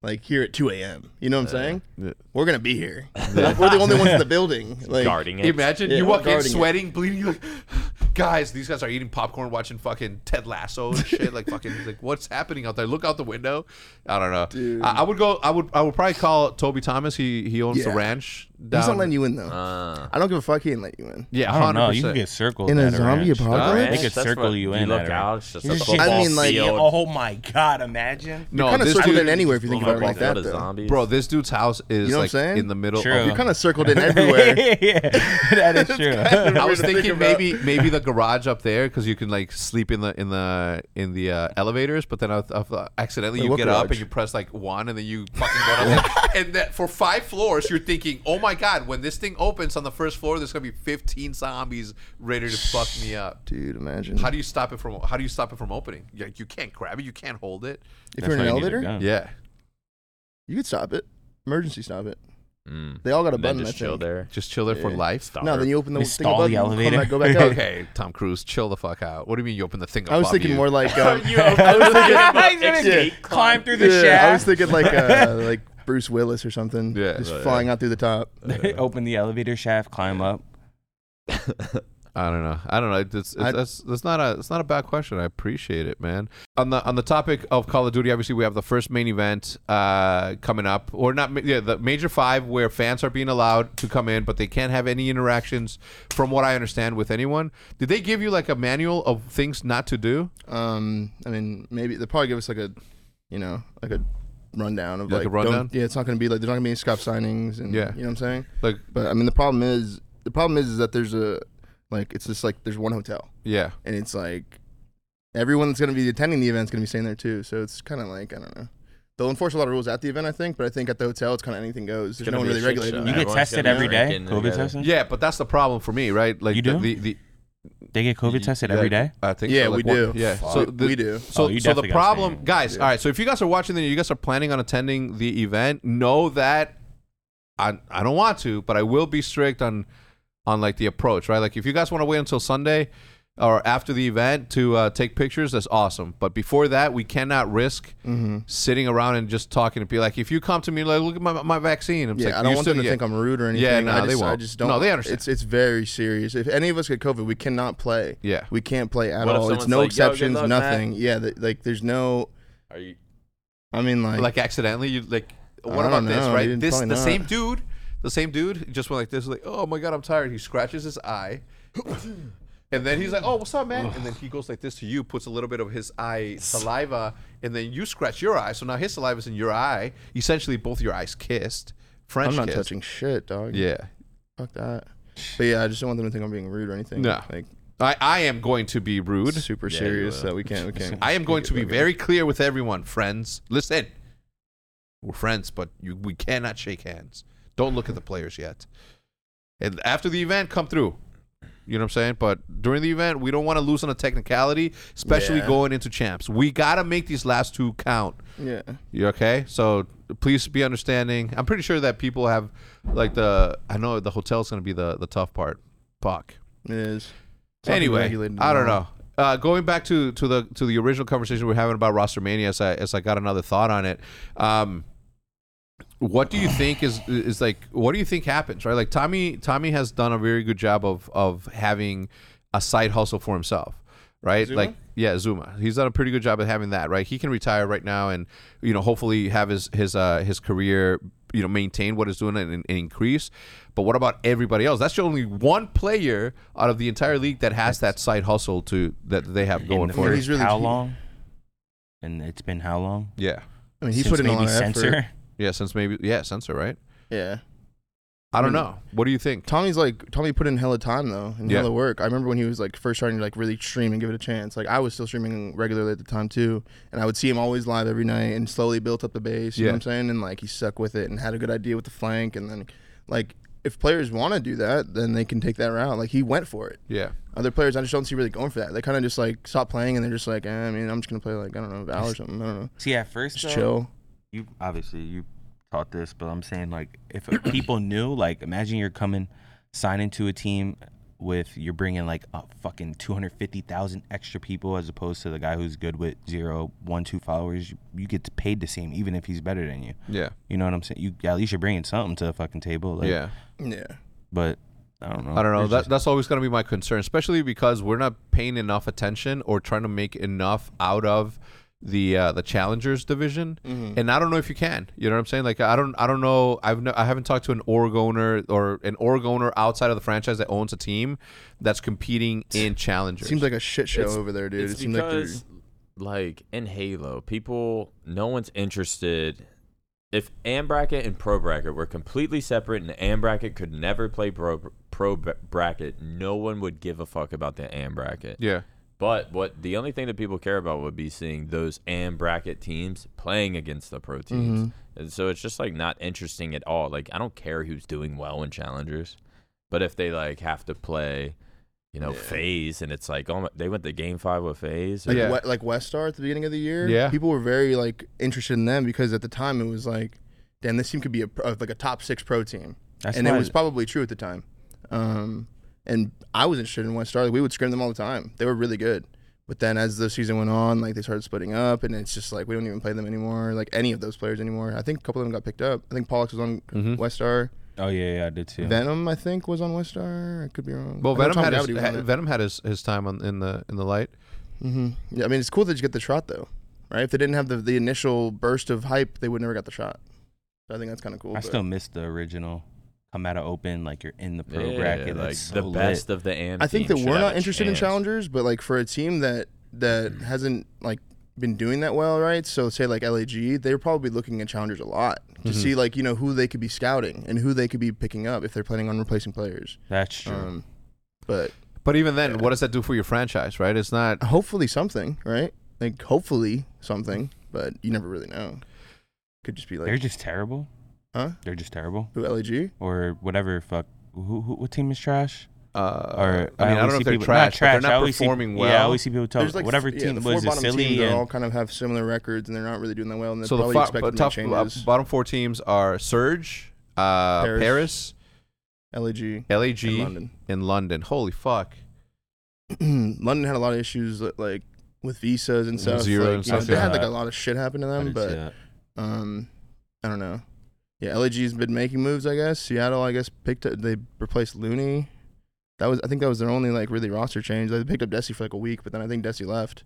Speaker 3: like here at 2 a.m. You know what I'm saying?
Speaker 1: yeah.
Speaker 3: We're gonna be here. Like, we're the only ones in the building. Like,
Speaker 2: guarding it.
Speaker 1: Imagine
Speaker 3: Yeah,
Speaker 1: you walk in
Speaker 3: guarding it.
Speaker 1: sweating, bleeding. You're like, guys, these guys are eating popcorn, watching fucking Ted Lasso and shit. Like fucking, like what's happening out there? Look out the window. I don't know. I, I would go. I would. I would probably call Toby Thomas. He he owns the
Speaker 3: Yeah.
Speaker 1: ranch. Down, Ah.
Speaker 3: He's not letting you in though.
Speaker 2: Uh,
Speaker 3: I don't give a fuck. He ain't let you in.
Speaker 1: Yeah,
Speaker 4: I don't know. You
Speaker 1: 100%.
Speaker 4: can get circled
Speaker 3: In a
Speaker 4: at
Speaker 3: zombie
Speaker 4: ranch.
Speaker 3: apocalypse?
Speaker 4: They
Speaker 3: Ranch?
Speaker 4: could
Speaker 2: That's
Speaker 4: circle
Speaker 2: what-
Speaker 4: you
Speaker 2: you
Speaker 4: in.
Speaker 2: look
Speaker 4: at a
Speaker 2: out,
Speaker 4: ranch.
Speaker 2: it's just
Speaker 4: It's
Speaker 2: a
Speaker 4: a
Speaker 2: football
Speaker 4: football
Speaker 3: I mean, like-
Speaker 4: field.
Speaker 2: field.
Speaker 4: Oh my god! Imagine.
Speaker 1: no,
Speaker 3: kinda
Speaker 1: this
Speaker 3: circled
Speaker 1: dude,
Speaker 3: in anywhere if you think about it
Speaker 2: Football
Speaker 3: like that.
Speaker 2: field of
Speaker 3: Though.
Speaker 2: zombies.
Speaker 1: bro, this dude's house is
Speaker 3: You know what I'm
Speaker 1: like
Speaker 3: saying?
Speaker 1: in the middle.
Speaker 4: True.
Speaker 1: Of,
Speaker 3: You're kind of circled in everywhere.
Speaker 4: yeah, that is true.
Speaker 1: I was
Speaker 3: Weird to think
Speaker 1: thinking
Speaker 3: about.
Speaker 1: maybe maybe the garage up there because you can like sleep in the in the in the uh, elevators, but then I, I thought accidentally
Speaker 3: Wait,
Speaker 1: you
Speaker 3: what
Speaker 1: get up
Speaker 3: garage?
Speaker 1: and you press like one and then you fucking go down there. and that for five floors you're thinking, oh my god, when this thing opens on the first floor, there's gonna be 15 zombies ready to fuck me up.
Speaker 3: Dude, imagine
Speaker 1: How do you stop it from How do you stop it from opening? You, you can't grab it, you can't hold it.
Speaker 3: if you're in an
Speaker 4: Hmm.
Speaker 3: elevator,
Speaker 1: Yeah,
Speaker 3: you could stop it. Emergency stop it.
Speaker 2: Mm.
Speaker 3: They all got a
Speaker 2: And then
Speaker 3: button.
Speaker 2: just
Speaker 3: I
Speaker 2: chill
Speaker 3: think.
Speaker 2: there.
Speaker 1: just chill there for
Speaker 3: Yeah.
Speaker 1: life.
Speaker 3: No, then you open the
Speaker 4: They
Speaker 3: thing
Speaker 4: stall
Speaker 3: above
Speaker 4: the
Speaker 3: you, come
Speaker 4: elevator.
Speaker 3: back- go back out.
Speaker 1: Okay, Tom Cruise, chill the fuck out. What do you mean you open the thing?
Speaker 3: I was
Speaker 1: above
Speaker 3: thinking
Speaker 1: you?
Speaker 3: more like um,
Speaker 4: I was gonna
Speaker 3: Escape
Speaker 4: climb through the
Speaker 3: yeah, I was
Speaker 4: shaft,
Speaker 3: thinking like uh, like Bruce Willis or something.
Speaker 1: Yeah.
Speaker 3: just
Speaker 1: Yeah.
Speaker 3: flying out through the top.
Speaker 4: open the elevator shaft, climb up.
Speaker 1: I don't know. I don't know. It's, it's,
Speaker 3: I-
Speaker 1: that's that's not a it's not a bad question. I appreciate it, man. On the on the topic of Call of Duty, obviously we have the first main event uh, coming up, or not? ma- Yeah, the major five where fans are being allowed to come in, but they can't have any interactions, from what I understand, with anyone. Did they give you like a manual of things not to do,
Speaker 3: Um, I mean, maybe they'll probably give us like a, you know, like a rundown of
Speaker 1: Like
Speaker 3: like,
Speaker 1: a rundown?
Speaker 3: don't- Yeah, it's not gonna be like there's not gonna be any scuff signings and
Speaker 1: Yeah.
Speaker 3: you know what I'm saying.
Speaker 1: like
Speaker 3: But I mean, the problem is the problem is, is that there's a like it's just like there's one hotel
Speaker 1: yeah,
Speaker 3: and it's like everyone that's gonna be attending the event's gonna be staying there too. So it's kind of like I don't know. They'll enforce a lot of rules at the event, I think, but I think at the hotel it's kind of anything goes. There's no one really regulating.
Speaker 4: You
Speaker 3: it.
Speaker 4: get tested every day. COVID
Speaker 2: testing.
Speaker 4: testing.
Speaker 1: yeah? But that's the problem for me, right? Like
Speaker 4: You
Speaker 1: the,
Speaker 4: do?
Speaker 1: the, the
Speaker 4: They get COVID tested every day.
Speaker 1: I think
Speaker 3: Yeah,
Speaker 1: so, like
Speaker 3: we
Speaker 1: one-
Speaker 3: do.
Speaker 1: Yeah,
Speaker 3: Fuck.
Speaker 1: so
Speaker 3: We-
Speaker 1: the-
Speaker 3: we do.
Speaker 1: So,
Speaker 4: Oh, you
Speaker 1: so the
Speaker 4: definitely gotta stay
Speaker 1: problem,
Speaker 4: in.
Speaker 1: guys. All right. So if you guys are watching, then you guys are planning on attending the event. Know that I I don't want to, but I will be strict on on like the approach, right? Like if you guys want to wait until Sunday or after the event to uh, take pictures, that's awesome. But before that, we cannot risk
Speaker 3: Mm-hmm.
Speaker 1: sitting around and just talking to people. Like if you come to me, like look at my my vaccine. I'm
Speaker 3: Yeah,
Speaker 1: like,
Speaker 3: I don't
Speaker 1: you
Speaker 3: want
Speaker 1: still-
Speaker 3: them to
Speaker 1: yeah.
Speaker 3: think I'm rude or anything.
Speaker 1: Yeah, no,
Speaker 3: I
Speaker 1: they
Speaker 3: just, I
Speaker 1: won't.
Speaker 3: just don't.
Speaker 1: No, they understand.
Speaker 3: It's it's very serious. If any of us get COVID, we cannot play.
Speaker 1: Yeah.
Speaker 3: we can't play at
Speaker 2: What if
Speaker 3: all. It's
Speaker 2: someone's
Speaker 3: no
Speaker 2: like, "Yo, good
Speaker 3: exceptions,
Speaker 2: luck,
Speaker 3: nothing. Yeah, th- like there's no.
Speaker 2: Are you?
Speaker 3: I mean, like,
Speaker 1: like accidentally you like what
Speaker 3: I
Speaker 1: about
Speaker 3: don't
Speaker 1: this
Speaker 3: know,
Speaker 1: right
Speaker 3: dude,
Speaker 1: this the
Speaker 3: probably not.
Speaker 1: same dude the same dude just went like this like oh my god i'm tired he scratches his eye and then he's like oh what's up man and then he goes like this to you puts a little bit of his eye saliva and then you scratch your eye so now his saliva's in your eye essentially both your eyes kissed french
Speaker 3: I'm not
Speaker 1: kiss.
Speaker 3: touching shit, dog.
Speaker 1: yeah
Speaker 3: fuck that. But yeah, I just don't want them to think I'm being rude or anything.
Speaker 1: No.
Speaker 3: like
Speaker 1: i i am going to be rude
Speaker 3: super
Speaker 2: Yeah, you
Speaker 3: serious
Speaker 2: will.
Speaker 3: that we can't. We can't.
Speaker 1: I am going to be
Speaker 3: Okay.
Speaker 1: very clear with everyone, friends. Listen, we're friends, but you, we cannot shake hands. Don't look at the players yet. And after the event, come through. You know what I'm saying? But during the event, we don't want to lose on a technicality, especially
Speaker 3: Yeah.
Speaker 1: going into champs. We gotta make these last two count.
Speaker 3: Yeah.
Speaker 1: You okay? So please be understanding. I'm pretty sure that people have like the. I know the hotel's gonna be the the tough part. Fuck
Speaker 3: It is. It's not
Speaker 1: anyway,
Speaker 3: regulated
Speaker 1: I
Speaker 3: at
Speaker 1: don't
Speaker 3: all.
Speaker 1: know. Uh, going back to, to the to the original conversation we were having about roster mania, as I as I got another thought on it, um, what do you think is is like? What do you think happens? Right, like Tommy Tommy has done a very good job of of having a side hustle for himself. Right,
Speaker 3: Zuma?
Speaker 1: like yeah, Zuma. He's done a pretty good job of having that. Right, he can retire right now, and you know, hopefully have his his uh, his career you know maintain what he's doing and, and increase. But what about everybody else? That's the only one player out of the entire league that has that side hustle to that they have going
Speaker 3: I mean,
Speaker 1: for it.
Speaker 3: he's really
Speaker 4: how
Speaker 3: cheap.
Speaker 4: long? And it's been how long?
Speaker 1: Yeah,
Speaker 3: I mean, he
Speaker 4: Since
Speaker 3: put in a
Speaker 4: maybe
Speaker 3: lot of effort.
Speaker 4: censor.
Speaker 1: yeah. Since maybe yeah, censor right.
Speaker 3: Yeah.
Speaker 1: I don't
Speaker 3: mean-
Speaker 1: know. What do you think?
Speaker 3: Tommy's like Tommy put in hella time though and
Speaker 1: Yeah.
Speaker 3: hella work. I remember when he was like first starting to like really stream and give it a chance. Like I was still streaming regularly at the time too, and I would see him always live every night and slowly built up the base. You
Speaker 1: Yeah.
Speaker 3: know what I'm saying? And like he stuck with it and had a good idea with the flank. And then like if players want to do that, then they can take that route. Like he went for it.
Speaker 1: Yeah,
Speaker 3: Other players I just don't see really going for that. They kind of just like stop playing and they're just like, eh, I mean, I'm just gonna play like I don't know Val or something. I don't know.
Speaker 4: See, at first,
Speaker 3: Just
Speaker 4: though,
Speaker 3: chill.
Speaker 4: you obviously you taught this, but I'm saying like if people knew, like imagine you're coming signing to a team with you're bringing like a fucking 250,000 extra people as opposed to the guy who's good with zero, one, two followers, you, you get paid the same even if he's better than you.
Speaker 1: Yeah.
Speaker 4: You know what I'm saying? You at least you're bringing something to the fucking table. Like,
Speaker 1: Yeah.
Speaker 3: Yeah.
Speaker 4: But I don't know.
Speaker 1: I don't know.
Speaker 4: It's
Speaker 1: That,
Speaker 4: just-
Speaker 1: that's always going to be my concern, especially because we're not paying enough attention or trying to make enough out of the uh, the challengers division.
Speaker 3: Mm-hmm.
Speaker 1: And I don't know if you can. You know what I'm saying? Like I don't I don't know. I've no, I haven't talked to an Oregoner or an Oregoner outside of the franchise that owns a team that's competing in challengers.
Speaker 3: Seems like a shit show
Speaker 2: It's-
Speaker 3: over there, dude.
Speaker 2: It's
Speaker 3: it seems like they're-
Speaker 2: because, like in Halo, people, no one's interested. If Am Bracket and Pro Bracket were completely separate, and Am Bracket could never play Pro Pro Bra- Bracket, no one would give a fuck about the Am Bracket.
Speaker 1: yeah.
Speaker 2: But what the only thing that people care about would be seeing those Am Bracket teams playing against the Pro teams, and so it's just like not interesting at all. Like I don't care who's doing well in challengers, but if they like have to play. You know, phase, and it's like, oh, my, they went to game five with phase.
Speaker 3: like,
Speaker 1: Yeah.
Speaker 3: we, like West Star at the beginning of the year.
Speaker 1: Yeah.
Speaker 3: people were very like interested in them because at the time it was like, damn, this team could be a pro- like a top six pro team,
Speaker 4: That's
Speaker 3: and
Speaker 4: why-
Speaker 3: it was probably true at the time. Um, and I was interested in West Star. Like, we would scrim them all the time. They were really good. But then as the season went on, like they started splitting up, and it's just like we don't even play them anymore. Like any of those players anymore. I think a couple of them got picked up. I think Pollux was on
Speaker 1: Mm-hmm. Hmm.
Speaker 3: West Star.
Speaker 4: Oh yeah, yeah, I did too.
Speaker 3: Venom, I think, was on West Star. I could be wrong.
Speaker 1: Well,
Speaker 3: I
Speaker 1: Venom
Speaker 3: know Tom
Speaker 1: had, his,
Speaker 3: Gravity was on
Speaker 1: ha-
Speaker 3: it.
Speaker 1: Venom had his, his time on, in the in the light.
Speaker 3: hmm Yeah, I mean, it's cool that you get the shot though, right? If they didn't have the, the initial burst of hype, they would never got the shot. So I think that's kind of cool.
Speaker 4: I
Speaker 3: but-
Speaker 4: still miss the original. Come out of open like you're in the pro
Speaker 2: Yeah,
Speaker 4: bracket.
Speaker 2: like
Speaker 4: That's
Speaker 2: the
Speaker 4: so
Speaker 2: best
Speaker 4: lit.
Speaker 2: of the and.
Speaker 3: I think
Speaker 2: team
Speaker 3: that
Speaker 2: should
Speaker 3: we're
Speaker 2: have
Speaker 3: not
Speaker 2: a
Speaker 3: interested in
Speaker 2: chance.
Speaker 3: challengers, but like for a team that that
Speaker 4: Mm-hmm.
Speaker 3: hasn't like been doing that well, right? So say like LAG, they're probably looking at challengers a lot to
Speaker 4: Mm-hmm.
Speaker 3: see like you know who they could be scouting and who they could be picking up if they're planning on replacing players.
Speaker 4: That's true.
Speaker 3: Um, but
Speaker 1: But even then, what does that do for your franchise, right? It's not
Speaker 3: hopefully something, right? Like hopefully something, but you never really know. Could just be
Speaker 4: They're
Speaker 3: like,
Speaker 4: just terrible.
Speaker 3: huh?
Speaker 4: They're just terrible.
Speaker 3: Who LAG?
Speaker 4: Or whatever. Fuck. Who, who what team is trash?
Speaker 1: uh,
Speaker 4: Or
Speaker 1: I mean, I,
Speaker 4: always
Speaker 1: don't know
Speaker 4: see
Speaker 1: if they're
Speaker 4: people-
Speaker 1: trash,
Speaker 4: Not
Speaker 1: but
Speaker 4: trash.
Speaker 1: they're
Speaker 4: I
Speaker 1: not
Speaker 4: always see-
Speaker 1: performing well.
Speaker 4: Yeah, I always see people talk.
Speaker 3: There's like
Speaker 4: whatever
Speaker 3: yeah,
Speaker 4: team
Speaker 3: the four
Speaker 4: was it,
Speaker 3: bottom
Speaker 4: silly
Speaker 3: teams
Speaker 4: and
Speaker 3: are all kind of have similar records and they're not really doing that well and they're
Speaker 1: so the
Speaker 3: probably
Speaker 1: fi-
Speaker 3: expecting
Speaker 1: top
Speaker 3: to make
Speaker 1: uh,
Speaker 3: changes.
Speaker 1: bottom four teams are Surge, uh,
Speaker 3: Paris.
Speaker 1: Paris,
Speaker 3: LAG
Speaker 1: LAG,
Speaker 3: and
Speaker 1: and London. Holy fuck!
Speaker 3: London. London had a lot of issues li- like with visas and stuff.
Speaker 1: Zero
Speaker 3: like,
Speaker 1: and
Speaker 3: you know,
Speaker 1: stuff,
Speaker 3: They had
Speaker 1: yeah.
Speaker 3: like a lot of shit happen to
Speaker 4: I
Speaker 3: them,
Speaker 4: didn't see
Speaker 3: but
Speaker 4: that.
Speaker 3: um, I don't know. Yeah, LAG's been making moves. I guess Seattle. I guess picked up, they replaced Looney. That was I think that was their only like really roster change. They picked up Desi for like a week, but then I think Desi left.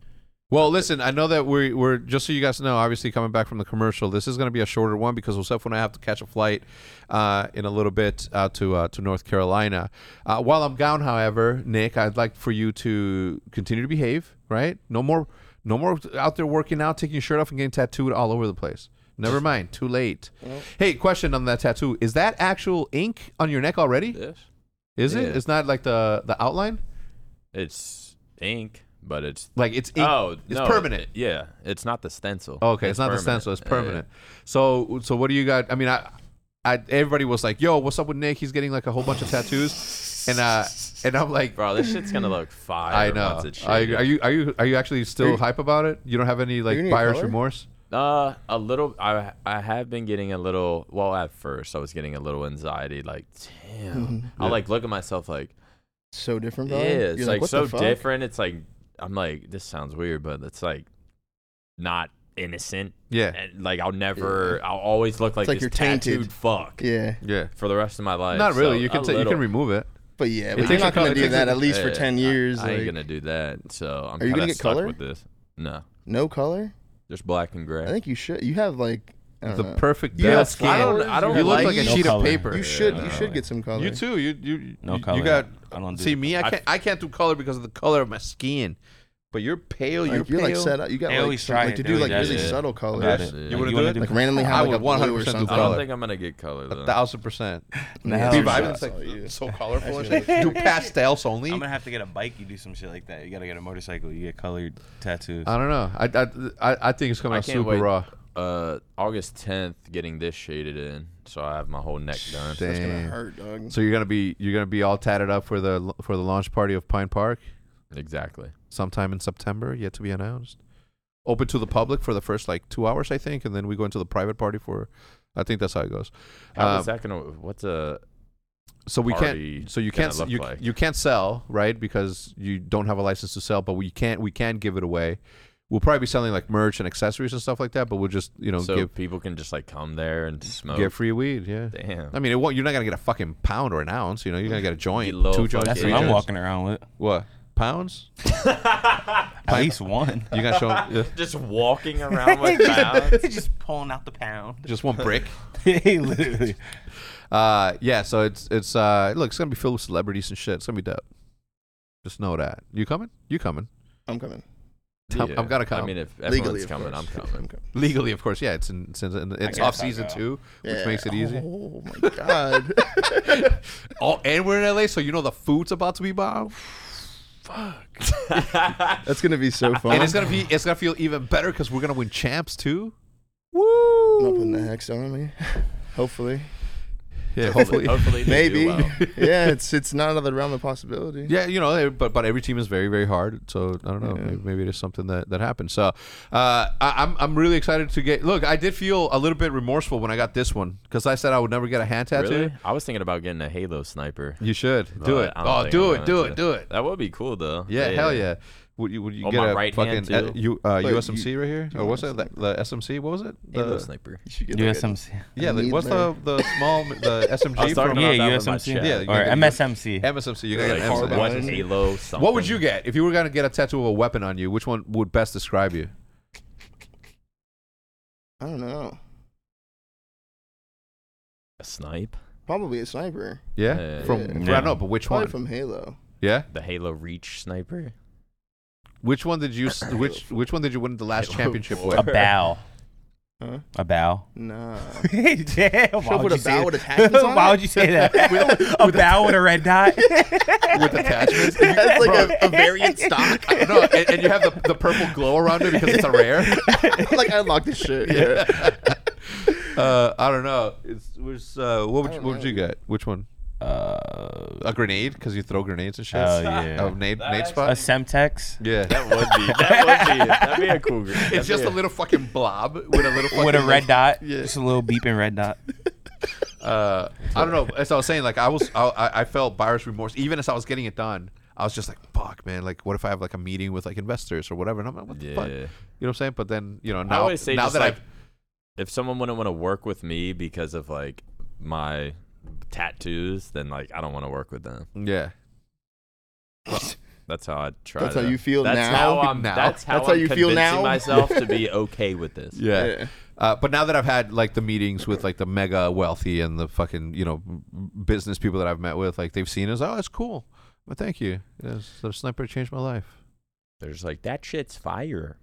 Speaker 1: Well, listen, I know that we we're just so you guys know. Obviously, coming back from the commercial, this is going to be a shorter one because Josef and I have to catch a flight uh, in a little bit out to uh, to North Carolina. Uh, while I'm gone, however, Nick, I'd like for you to continue to behave. Right? No more, no more out there working out, taking your shirt off, and getting tattooed all over the place. Never mind. Too late. Hey, question on that tattoo: Is that actual ink on your neck already?
Speaker 2: This?
Speaker 1: Is it?
Speaker 2: Uh, Yeah.
Speaker 1: It's not like the the outline.
Speaker 2: It's ink, but it's
Speaker 1: Like it's ink.
Speaker 2: oh,
Speaker 1: it's
Speaker 2: no,
Speaker 1: permanent.
Speaker 2: it- yeah, it's not the stencil.
Speaker 1: Oh, Okay, it's, not the stencil; it's permanent. So, so what do you got? I mean, I, I everybody was like, "Yo, what's up with Nick? He's getting like a whole bunch of tattoos," and uh, and I'm like,
Speaker 2: Yeah. Bro, this shit's gonna look fire.
Speaker 1: "I know."
Speaker 2: Once it's
Speaker 1: Are,
Speaker 2: shaded.
Speaker 1: you- are you are you are you actually still
Speaker 3: you-
Speaker 1: hype about it? You don't have any like
Speaker 3: you gonna get
Speaker 1: buyer's
Speaker 3: color?
Speaker 1: remorse?
Speaker 2: Uh, a little. I I have been getting a little. Well, at first, I was getting a little anxiety. Like, damn, I like look at myself like,
Speaker 3: So different.
Speaker 2: yeah,
Speaker 3: Bro.
Speaker 2: it's
Speaker 3: Mm-hmm. You're
Speaker 2: like,
Speaker 3: what the
Speaker 2: so
Speaker 3: fuck?
Speaker 2: different. It's like I'm like this sounds weird, but it's like not innocent.
Speaker 1: Yeah,
Speaker 2: And like I'll never. I'll always look like,
Speaker 3: like
Speaker 2: this
Speaker 3: you're tainted.
Speaker 2: tattooed fuck.
Speaker 3: Yeah,
Speaker 1: yeah.
Speaker 2: for the rest of my life.
Speaker 1: Not really.
Speaker 2: so
Speaker 1: you can
Speaker 2: a
Speaker 1: ta- you
Speaker 2: little-
Speaker 1: can remove it.
Speaker 3: but yeah, but you're
Speaker 1: takes
Speaker 3: not
Speaker 1: a
Speaker 3: gonna
Speaker 1: color- it
Speaker 3: do
Speaker 1: takes
Speaker 3: that
Speaker 1: a-
Speaker 3: at least for
Speaker 2: Yeah,
Speaker 3: ten
Speaker 2: I-
Speaker 3: years.
Speaker 2: I,
Speaker 3: like,
Speaker 2: ain't gonna do that. So I'm
Speaker 3: Are you
Speaker 2: kinda
Speaker 3: gonna get
Speaker 2: stuck
Speaker 3: color?
Speaker 2: with this. No,
Speaker 3: No color.
Speaker 2: just black and gray.
Speaker 3: I think you should. You have like I don't
Speaker 1: The
Speaker 3: know.
Speaker 1: perfect.
Speaker 3: You have
Speaker 1: balance.
Speaker 3: skin. I don't-
Speaker 2: I don't
Speaker 1: You look
Speaker 2: like-
Speaker 1: like a
Speaker 4: No
Speaker 1: sheet
Speaker 4: color.
Speaker 1: of paper.
Speaker 3: Uh-huh. You should.
Speaker 4: no,
Speaker 3: you should
Speaker 4: like-
Speaker 3: get some color.
Speaker 1: You too. You you
Speaker 4: No
Speaker 1: you,
Speaker 4: color.
Speaker 1: You got.
Speaker 4: I don't do
Speaker 1: see
Speaker 4: the-
Speaker 1: me. I
Speaker 2: I-
Speaker 1: can't. I can't do color because of the color of my skin. But you're pale.
Speaker 3: Like,
Speaker 1: you're,
Speaker 3: you're like
Speaker 1: pale.
Speaker 3: set up. You got
Speaker 4: They
Speaker 3: like,
Speaker 4: always
Speaker 3: some,
Speaker 4: try
Speaker 3: like
Speaker 4: it.
Speaker 3: to
Speaker 4: They
Speaker 3: do like
Speaker 4: always
Speaker 3: really
Speaker 2: do it.
Speaker 3: subtle color.
Speaker 2: About
Speaker 1: Yes.
Speaker 2: it.
Speaker 1: You
Speaker 2: Like,
Speaker 1: wouldn't
Speaker 4: you
Speaker 1: do
Speaker 4: wanna
Speaker 1: it?
Speaker 4: do
Speaker 3: Like randomly
Speaker 1: I
Speaker 3: have like
Speaker 1: would
Speaker 3: a blue
Speaker 1: 100%
Speaker 3: or
Speaker 1: do
Speaker 3: something.
Speaker 2: I
Speaker 1: color.
Speaker 2: don't think I'm gonna get color
Speaker 1: A
Speaker 2: though.
Speaker 1: thousand percent.
Speaker 4: Now
Speaker 1: Dude,
Speaker 4: I'm
Speaker 1: I've
Speaker 4: shot,
Speaker 1: been like so colorful. and shit. Do pastels only?
Speaker 4: I'm gonna have to get a bike. You do some shit like that. You gotta get a motorcycle. You get colored tattoos.
Speaker 1: I don't know. I- I I I think it's coming
Speaker 2: I
Speaker 1: out
Speaker 2: can't
Speaker 1: super
Speaker 2: wait.
Speaker 1: raw.
Speaker 2: Uh, August 10th, getting this shaded in, so I have my whole neck done.
Speaker 3: It's gonna
Speaker 1: Damn.
Speaker 3: hurt, dog.
Speaker 1: So you're gonna be you're gonna be all tatted up for the for the launch party of Pine Park
Speaker 2: Exactly.
Speaker 1: sometime in September, yet to be announced. Open to the public for the first like two hours, I think, and then we go into the private party for. I think that's how it goes.
Speaker 2: How
Speaker 1: Um,
Speaker 2: is that gonna? What's a?
Speaker 1: so we
Speaker 2: party
Speaker 1: can't. So you
Speaker 2: gonna
Speaker 1: can't. s-
Speaker 2: look
Speaker 1: You,
Speaker 2: like?
Speaker 1: you can't sell, right? Because you don't have a license to sell. But we can't. We can give it away. We'll probably be selling like merch and accessories and stuff like that. But we'll just you know
Speaker 2: so
Speaker 1: give
Speaker 2: people can just like come there and smoke.
Speaker 1: give free weed. Yeah.
Speaker 2: Oh. Damn.
Speaker 1: I mean, it won't, you're not gonna get a fucking pound or an ounce. You know, you're gonna get a joint,
Speaker 2: little
Speaker 1: two joints.
Speaker 2: fucking-
Speaker 4: That's
Speaker 1: three
Speaker 4: what I'm
Speaker 1: joints.
Speaker 4: walking around with.
Speaker 1: What pounds?
Speaker 4: At least one.
Speaker 1: You gonna show yeah.
Speaker 2: just walking around with pounds.
Speaker 4: just pulling out the pound.
Speaker 1: just one brick?
Speaker 4: Literally.
Speaker 1: Uh, yeah. So it's it's uh, look, it's gonna be filled with celebrities and shit. It's gonna be dope. Just know that. You coming? You coming?
Speaker 3: I'm coming.
Speaker 1: I'm- I'm gonna
Speaker 2: I
Speaker 1: come.
Speaker 2: mean, if everyone's
Speaker 3: Legally, of
Speaker 2: coming, I'm
Speaker 3: course.
Speaker 2: coming.
Speaker 1: Legally, of course. Yeah. It's in, it's, in, it's
Speaker 4: guess
Speaker 1: off
Speaker 4: I'll
Speaker 1: season
Speaker 4: go.
Speaker 1: two, which
Speaker 3: Yeah.
Speaker 1: makes it easy.
Speaker 3: Oh my god.
Speaker 1: Oh, and we're in LA, so you know the food's about to be bomb,
Speaker 3: That's gonna be so fun.
Speaker 1: and it's gonna be it's gonna feel even better because we're gonna win champs too.
Speaker 3: I'm not putting the hex on me. Hopefully.
Speaker 1: Yeah, hopefully.
Speaker 2: Hopefully, they
Speaker 3: Maybe.
Speaker 2: do well.
Speaker 3: yeah, it's it's not out of the realm of possibility.
Speaker 1: Yeah, you know, eh, but but every team is very very hard. So I don't know, maybe, maybe it is something that that happens. So uh, I, I'm I'm really excited to get. Look, I did feel a little bit remorseful when I got this one because I said I would never get a hand tattoo.
Speaker 2: Really? I was thinking about getting a Halo sniper.
Speaker 1: You should
Speaker 2: but
Speaker 1: do it.
Speaker 2: I don't
Speaker 1: Oh,
Speaker 2: think
Speaker 1: do
Speaker 2: I'm
Speaker 1: it,
Speaker 2: gonna
Speaker 1: do it, do it.
Speaker 2: That would be cool though.
Speaker 1: Yeah, hell yeah. Would you would you
Speaker 2: On
Speaker 1: get
Speaker 2: Oh, my
Speaker 1: a
Speaker 2: right hand,
Speaker 1: fucking uh,
Speaker 2: too.
Speaker 1: you, uh,
Speaker 3: Wait,
Speaker 1: USMC right here? Or what's that? The, the SMC? What was it?
Speaker 2: Halo
Speaker 1: The-
Speaker 2: sniper.
Speaker 3: You should get like a-
Speaker 4: USMC.
Speaker 1: yeah, the,
Speaker 3: need
Speaker 1: what's the the small the
Speaker 2: I
Speaker 1: SMG
Speaker 2: was talking
Speaker 1: from uh,
Speaker 2: about
Speaker 4: Yeah,
Speaker 2: that with my
Speaker 4: USMC.
Speaker 2: chat.
Speaker 1: Yeah, you
Speaker 4: Or
Speaker 1: gotta-
Speaker 4: MSMC.
Speaker 1: MSMC? You got
Speaker 2: Like,
Speaker 1: an
Speaker 3: hard
Speaker 1: MSMC.
Speaker 2: what
Speaker 3: MSMC.
Speaker 2: Halo something.
Speaker 1: What would you get if you were gonna get a tattoo of a weapon on you? Which one would best describe you?
Speaker 3: I don't know.
Speaker 2: A snipe.
Speaker 3: Probably a sniper.
Speaker 1: Yeah,
Speaker 2: Yeah.
Speaker 1: from
Speaker 3: Yeah.
Speaker 1: from- I
Speaker 4: Yeah.
Speaker 1: don't know, but which
Speaker 3: Probably
Speaker 1: one?
Speaker 3: from Halo.
Speaker 1: yeah,
Speaker 2: The Halo Reach sniper.
Speaker 1: which one did you s- which which one did you win the last
Speaker 2: Halo
Speaker 1: championship
Speaker 2: four.
Speaker 1: with?
Speaker 4: A bow.
Speaker 3: Huh?
Speaker 4: A bow.
Speaker 3: Nah.
Speaker 4: Damn, why
Speaker 3: Should've
Speaker 4: would
Speaker 3: put a
Speaker 4: you say
Speaker 3: bow
Speaker 4: that?
Speaker 3: with attachments on
Speaker 4: Why
Speaker 3: it?
Speaker 4: would you say that? a bow with a red dot?
Speaker 1: with attachments?
Speaker 3: That's like a, a variant stock.
Speaker 1: no, and, and you have the, the purple glow around it because it's a rare.
Speaker 3: like I unlocked this shit. Yeah.
Speaker 1: Uh, I don't know. It's was uh, what would you, what
Speaker 3: don't
Speaker 1: would
Speaker 3: know.
Speaker 1: you get? Which one?
Speaker 4: Uh,
Speaker 1: A grenade because you throw grenades and shit.
Speaker 4: Oh, yeah.
Speaker 1: Oh, nade, nade
Speaker 4: a
Speaker 1: spot.
Speaker 4: Semtex
Speaker 1: yeah.
Speaker 2: That would be. That would be. That'd be a cool.
Speaker 1: It's just a little fucking blob with a little fucking
Speaker 4: with a
Speaker 1: like,
Speaker 4: red dot. Just a little beeping red dot.
Speaker 1: uh, I don't know. As I was saying, like I was, I- I, I felt buyer's remorse even as I was getting it done. I was just like, fuck, man. Like, what if I have like a meeting with like investors or whatever? And I'm like, what the
Speaker 2: Yeah.
Speaker 1: fuck? You know what I'm saying? But then, you know,
Speaker 2: I
Speaker 1: now,
Speaker 2: always say
Speaker 1: now
Speaker 2: just
Speaker 1: that
Speaker 2: like,
Speaker 1: I've,
Speaker 2: if someone wouldn't want to work with me because of like my tattoos, then like I don't want to work with them.
Speaker 1: yeah,
Speaker 2: That's how I try.
Speaker 3: That's how
Speaker 2: to-
Speaker 3: you feel
Speaker 2: that's
Speaker 3: now?
Speaker 2: How I'm,
Speaker 1: Now?
Speaker 2: That's how,
Speaker 3: That's how
Speaker 2: I'm
Speaker 3: you feel
Speaker 2: convincing
Speaker 3: now?
Speaker 2: myself to be okay with this.
Speaker 1: yeah.
Speaker 3: Yeah.
Speaker 1: Uh, but now that I've had like the meetings with like the mega wealthy and the fucking you know m- business people that I've met with, like they've seen us. Oh, it's cool. Well, thank you. Yes, the sniper changed my life.
Speaker 2: They're just like that shit's fire.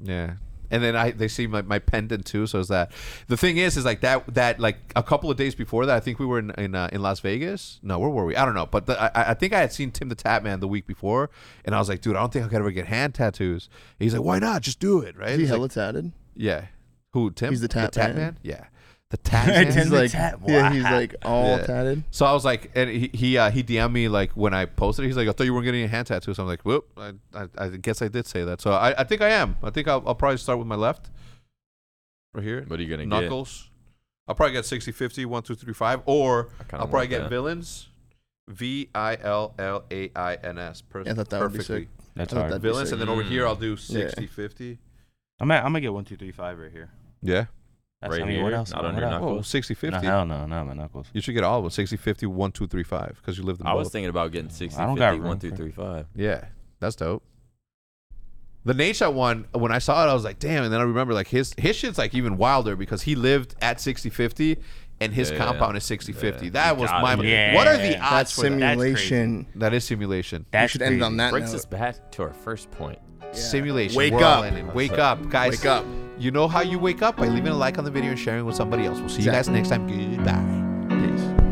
Speaker 1: Yeah. And then I they see my, my pendant too, so is that the thing is is like that that like a couple of days before that I think we were in in, uh, in Las Vegas. No, where were we? I don't know, but the, I, I think I had seen Tim the Tap Man the week before, and I was like, dude, I don't think I could ever get hand tattoos. And he's like, why not? Just do it, right?
Speaker 3: Is he
Speaker 1: He's like,
Speaker 3: hella tatted?
Speaker 1: yeah. Who Tim?
Speaker 3: He's the Tap Man.
Speaker 1: Yeah, the Tap Man.
Speaker 4: Tim's
Speaker 3: He's
Speaker 4: the
Speaker 3: like,
Speaker 4: tat-
Speaker 3: yeah, he's
Speaker 4: wow.
Speaker 3: like all
Speaker 1: Yeah.
Speaker 3: tatted.
Speaker 1: So I was like, and he he, uh, he DM'd me like when I posted it. He's like, I thought you weren't getting a hand tattoo. So I'm like, whoop. I, I, I guess I did say that. So I, I think I am. I think I'll, I'll probably start with my left, right here,
Speaker 2: What are you gonna get?
Speaker 1: knuckles. I'll probably get 60, 50, 1, 2, 3, 5, or
Speaker 2: I kinda
Speaker 1: I'll probably
Speaker 2: want
Speaker 1: get
Speaker 2: that.
Speaker 1: villains, V I L L A I N S.
Speaker 3: Yeah, I thought that would be
Speaker 1: perfectly.
Speaker 3: I
Speaker 4: That's
Speaker 3: thought
Speaker 4: hard.
Speaker 3: that'd be
Speaker 1: Villains,
Speaker 3: sick. Mm.
Speaker 1: and then over here I'll do
Speaker 3: Yeah.
Speaker 1: 60, 50.
Speaker 4: I'm gonna, I'm gonna get one, two, three, five right here.
Speaker 1: Yeah.
Speaker 4: That's,
Speaker 2: Right
Speaker 4: I mean, what
Speaker 2: here?
Speaker 4: else?
Speaker 2: Not
Speaker 4: what
Speaker 2: on your
Speaker 4: else?
Speaker 2: knuckle?
Speaker 1: Oh, 60, 50.
Speaker 4: No, hell no, not my knuckles.
Speaker 1: You should get all of them 60, 50, 1, 2, 3, 5, because you live them
Speaker 2: I
Speaker 1: both.
Speaker 2: was thinking about getting 60,
Speaker 4: I don't
Speaker 2: 50,
Speaker 4: got room
Speaker 2: 1, 2,
Speaker 4: for-
Speaker 2: 3, 5.
Speaker 1: Yeah, that's dope. The Nate Shot one, when I saw it, I was like, damn. And then I remember like his his shit's like even wilder because he lived at 6050 and his
Speaker 2: Yeah.
Speaker 1: compound is 6050.
Speaker 2: Yeah.
Speaker 1: That was
Speaker 2: Got
Speaker 1: my.
Speaker 2: it.
Speaker 4: Yeah.
Speaker 1: What are the odds
Speaker 3: That's
Speaker 1: for that?
Speaker 3: simulation.
Speaker 1: That is simulation.
Speaker 3: You
Speaker 4: That's
Speaker 3: should end it on that
Speaker 2: Brings us
Speaker 3: note.
Speaker 2: back to our first point.
Speaker 1: Simulation.
Speaker 3: Wake
Speaker 1: We're all
Speaker 3: up.
Speaker 1: in it. Wake up, guys.
Speaker 3: Wake up.
Speaker 1: You know how you wake up by leaving a like on the video and sharing with somebody else. We'll see you guys next time. Goodbye.
Speaker 3: Peace.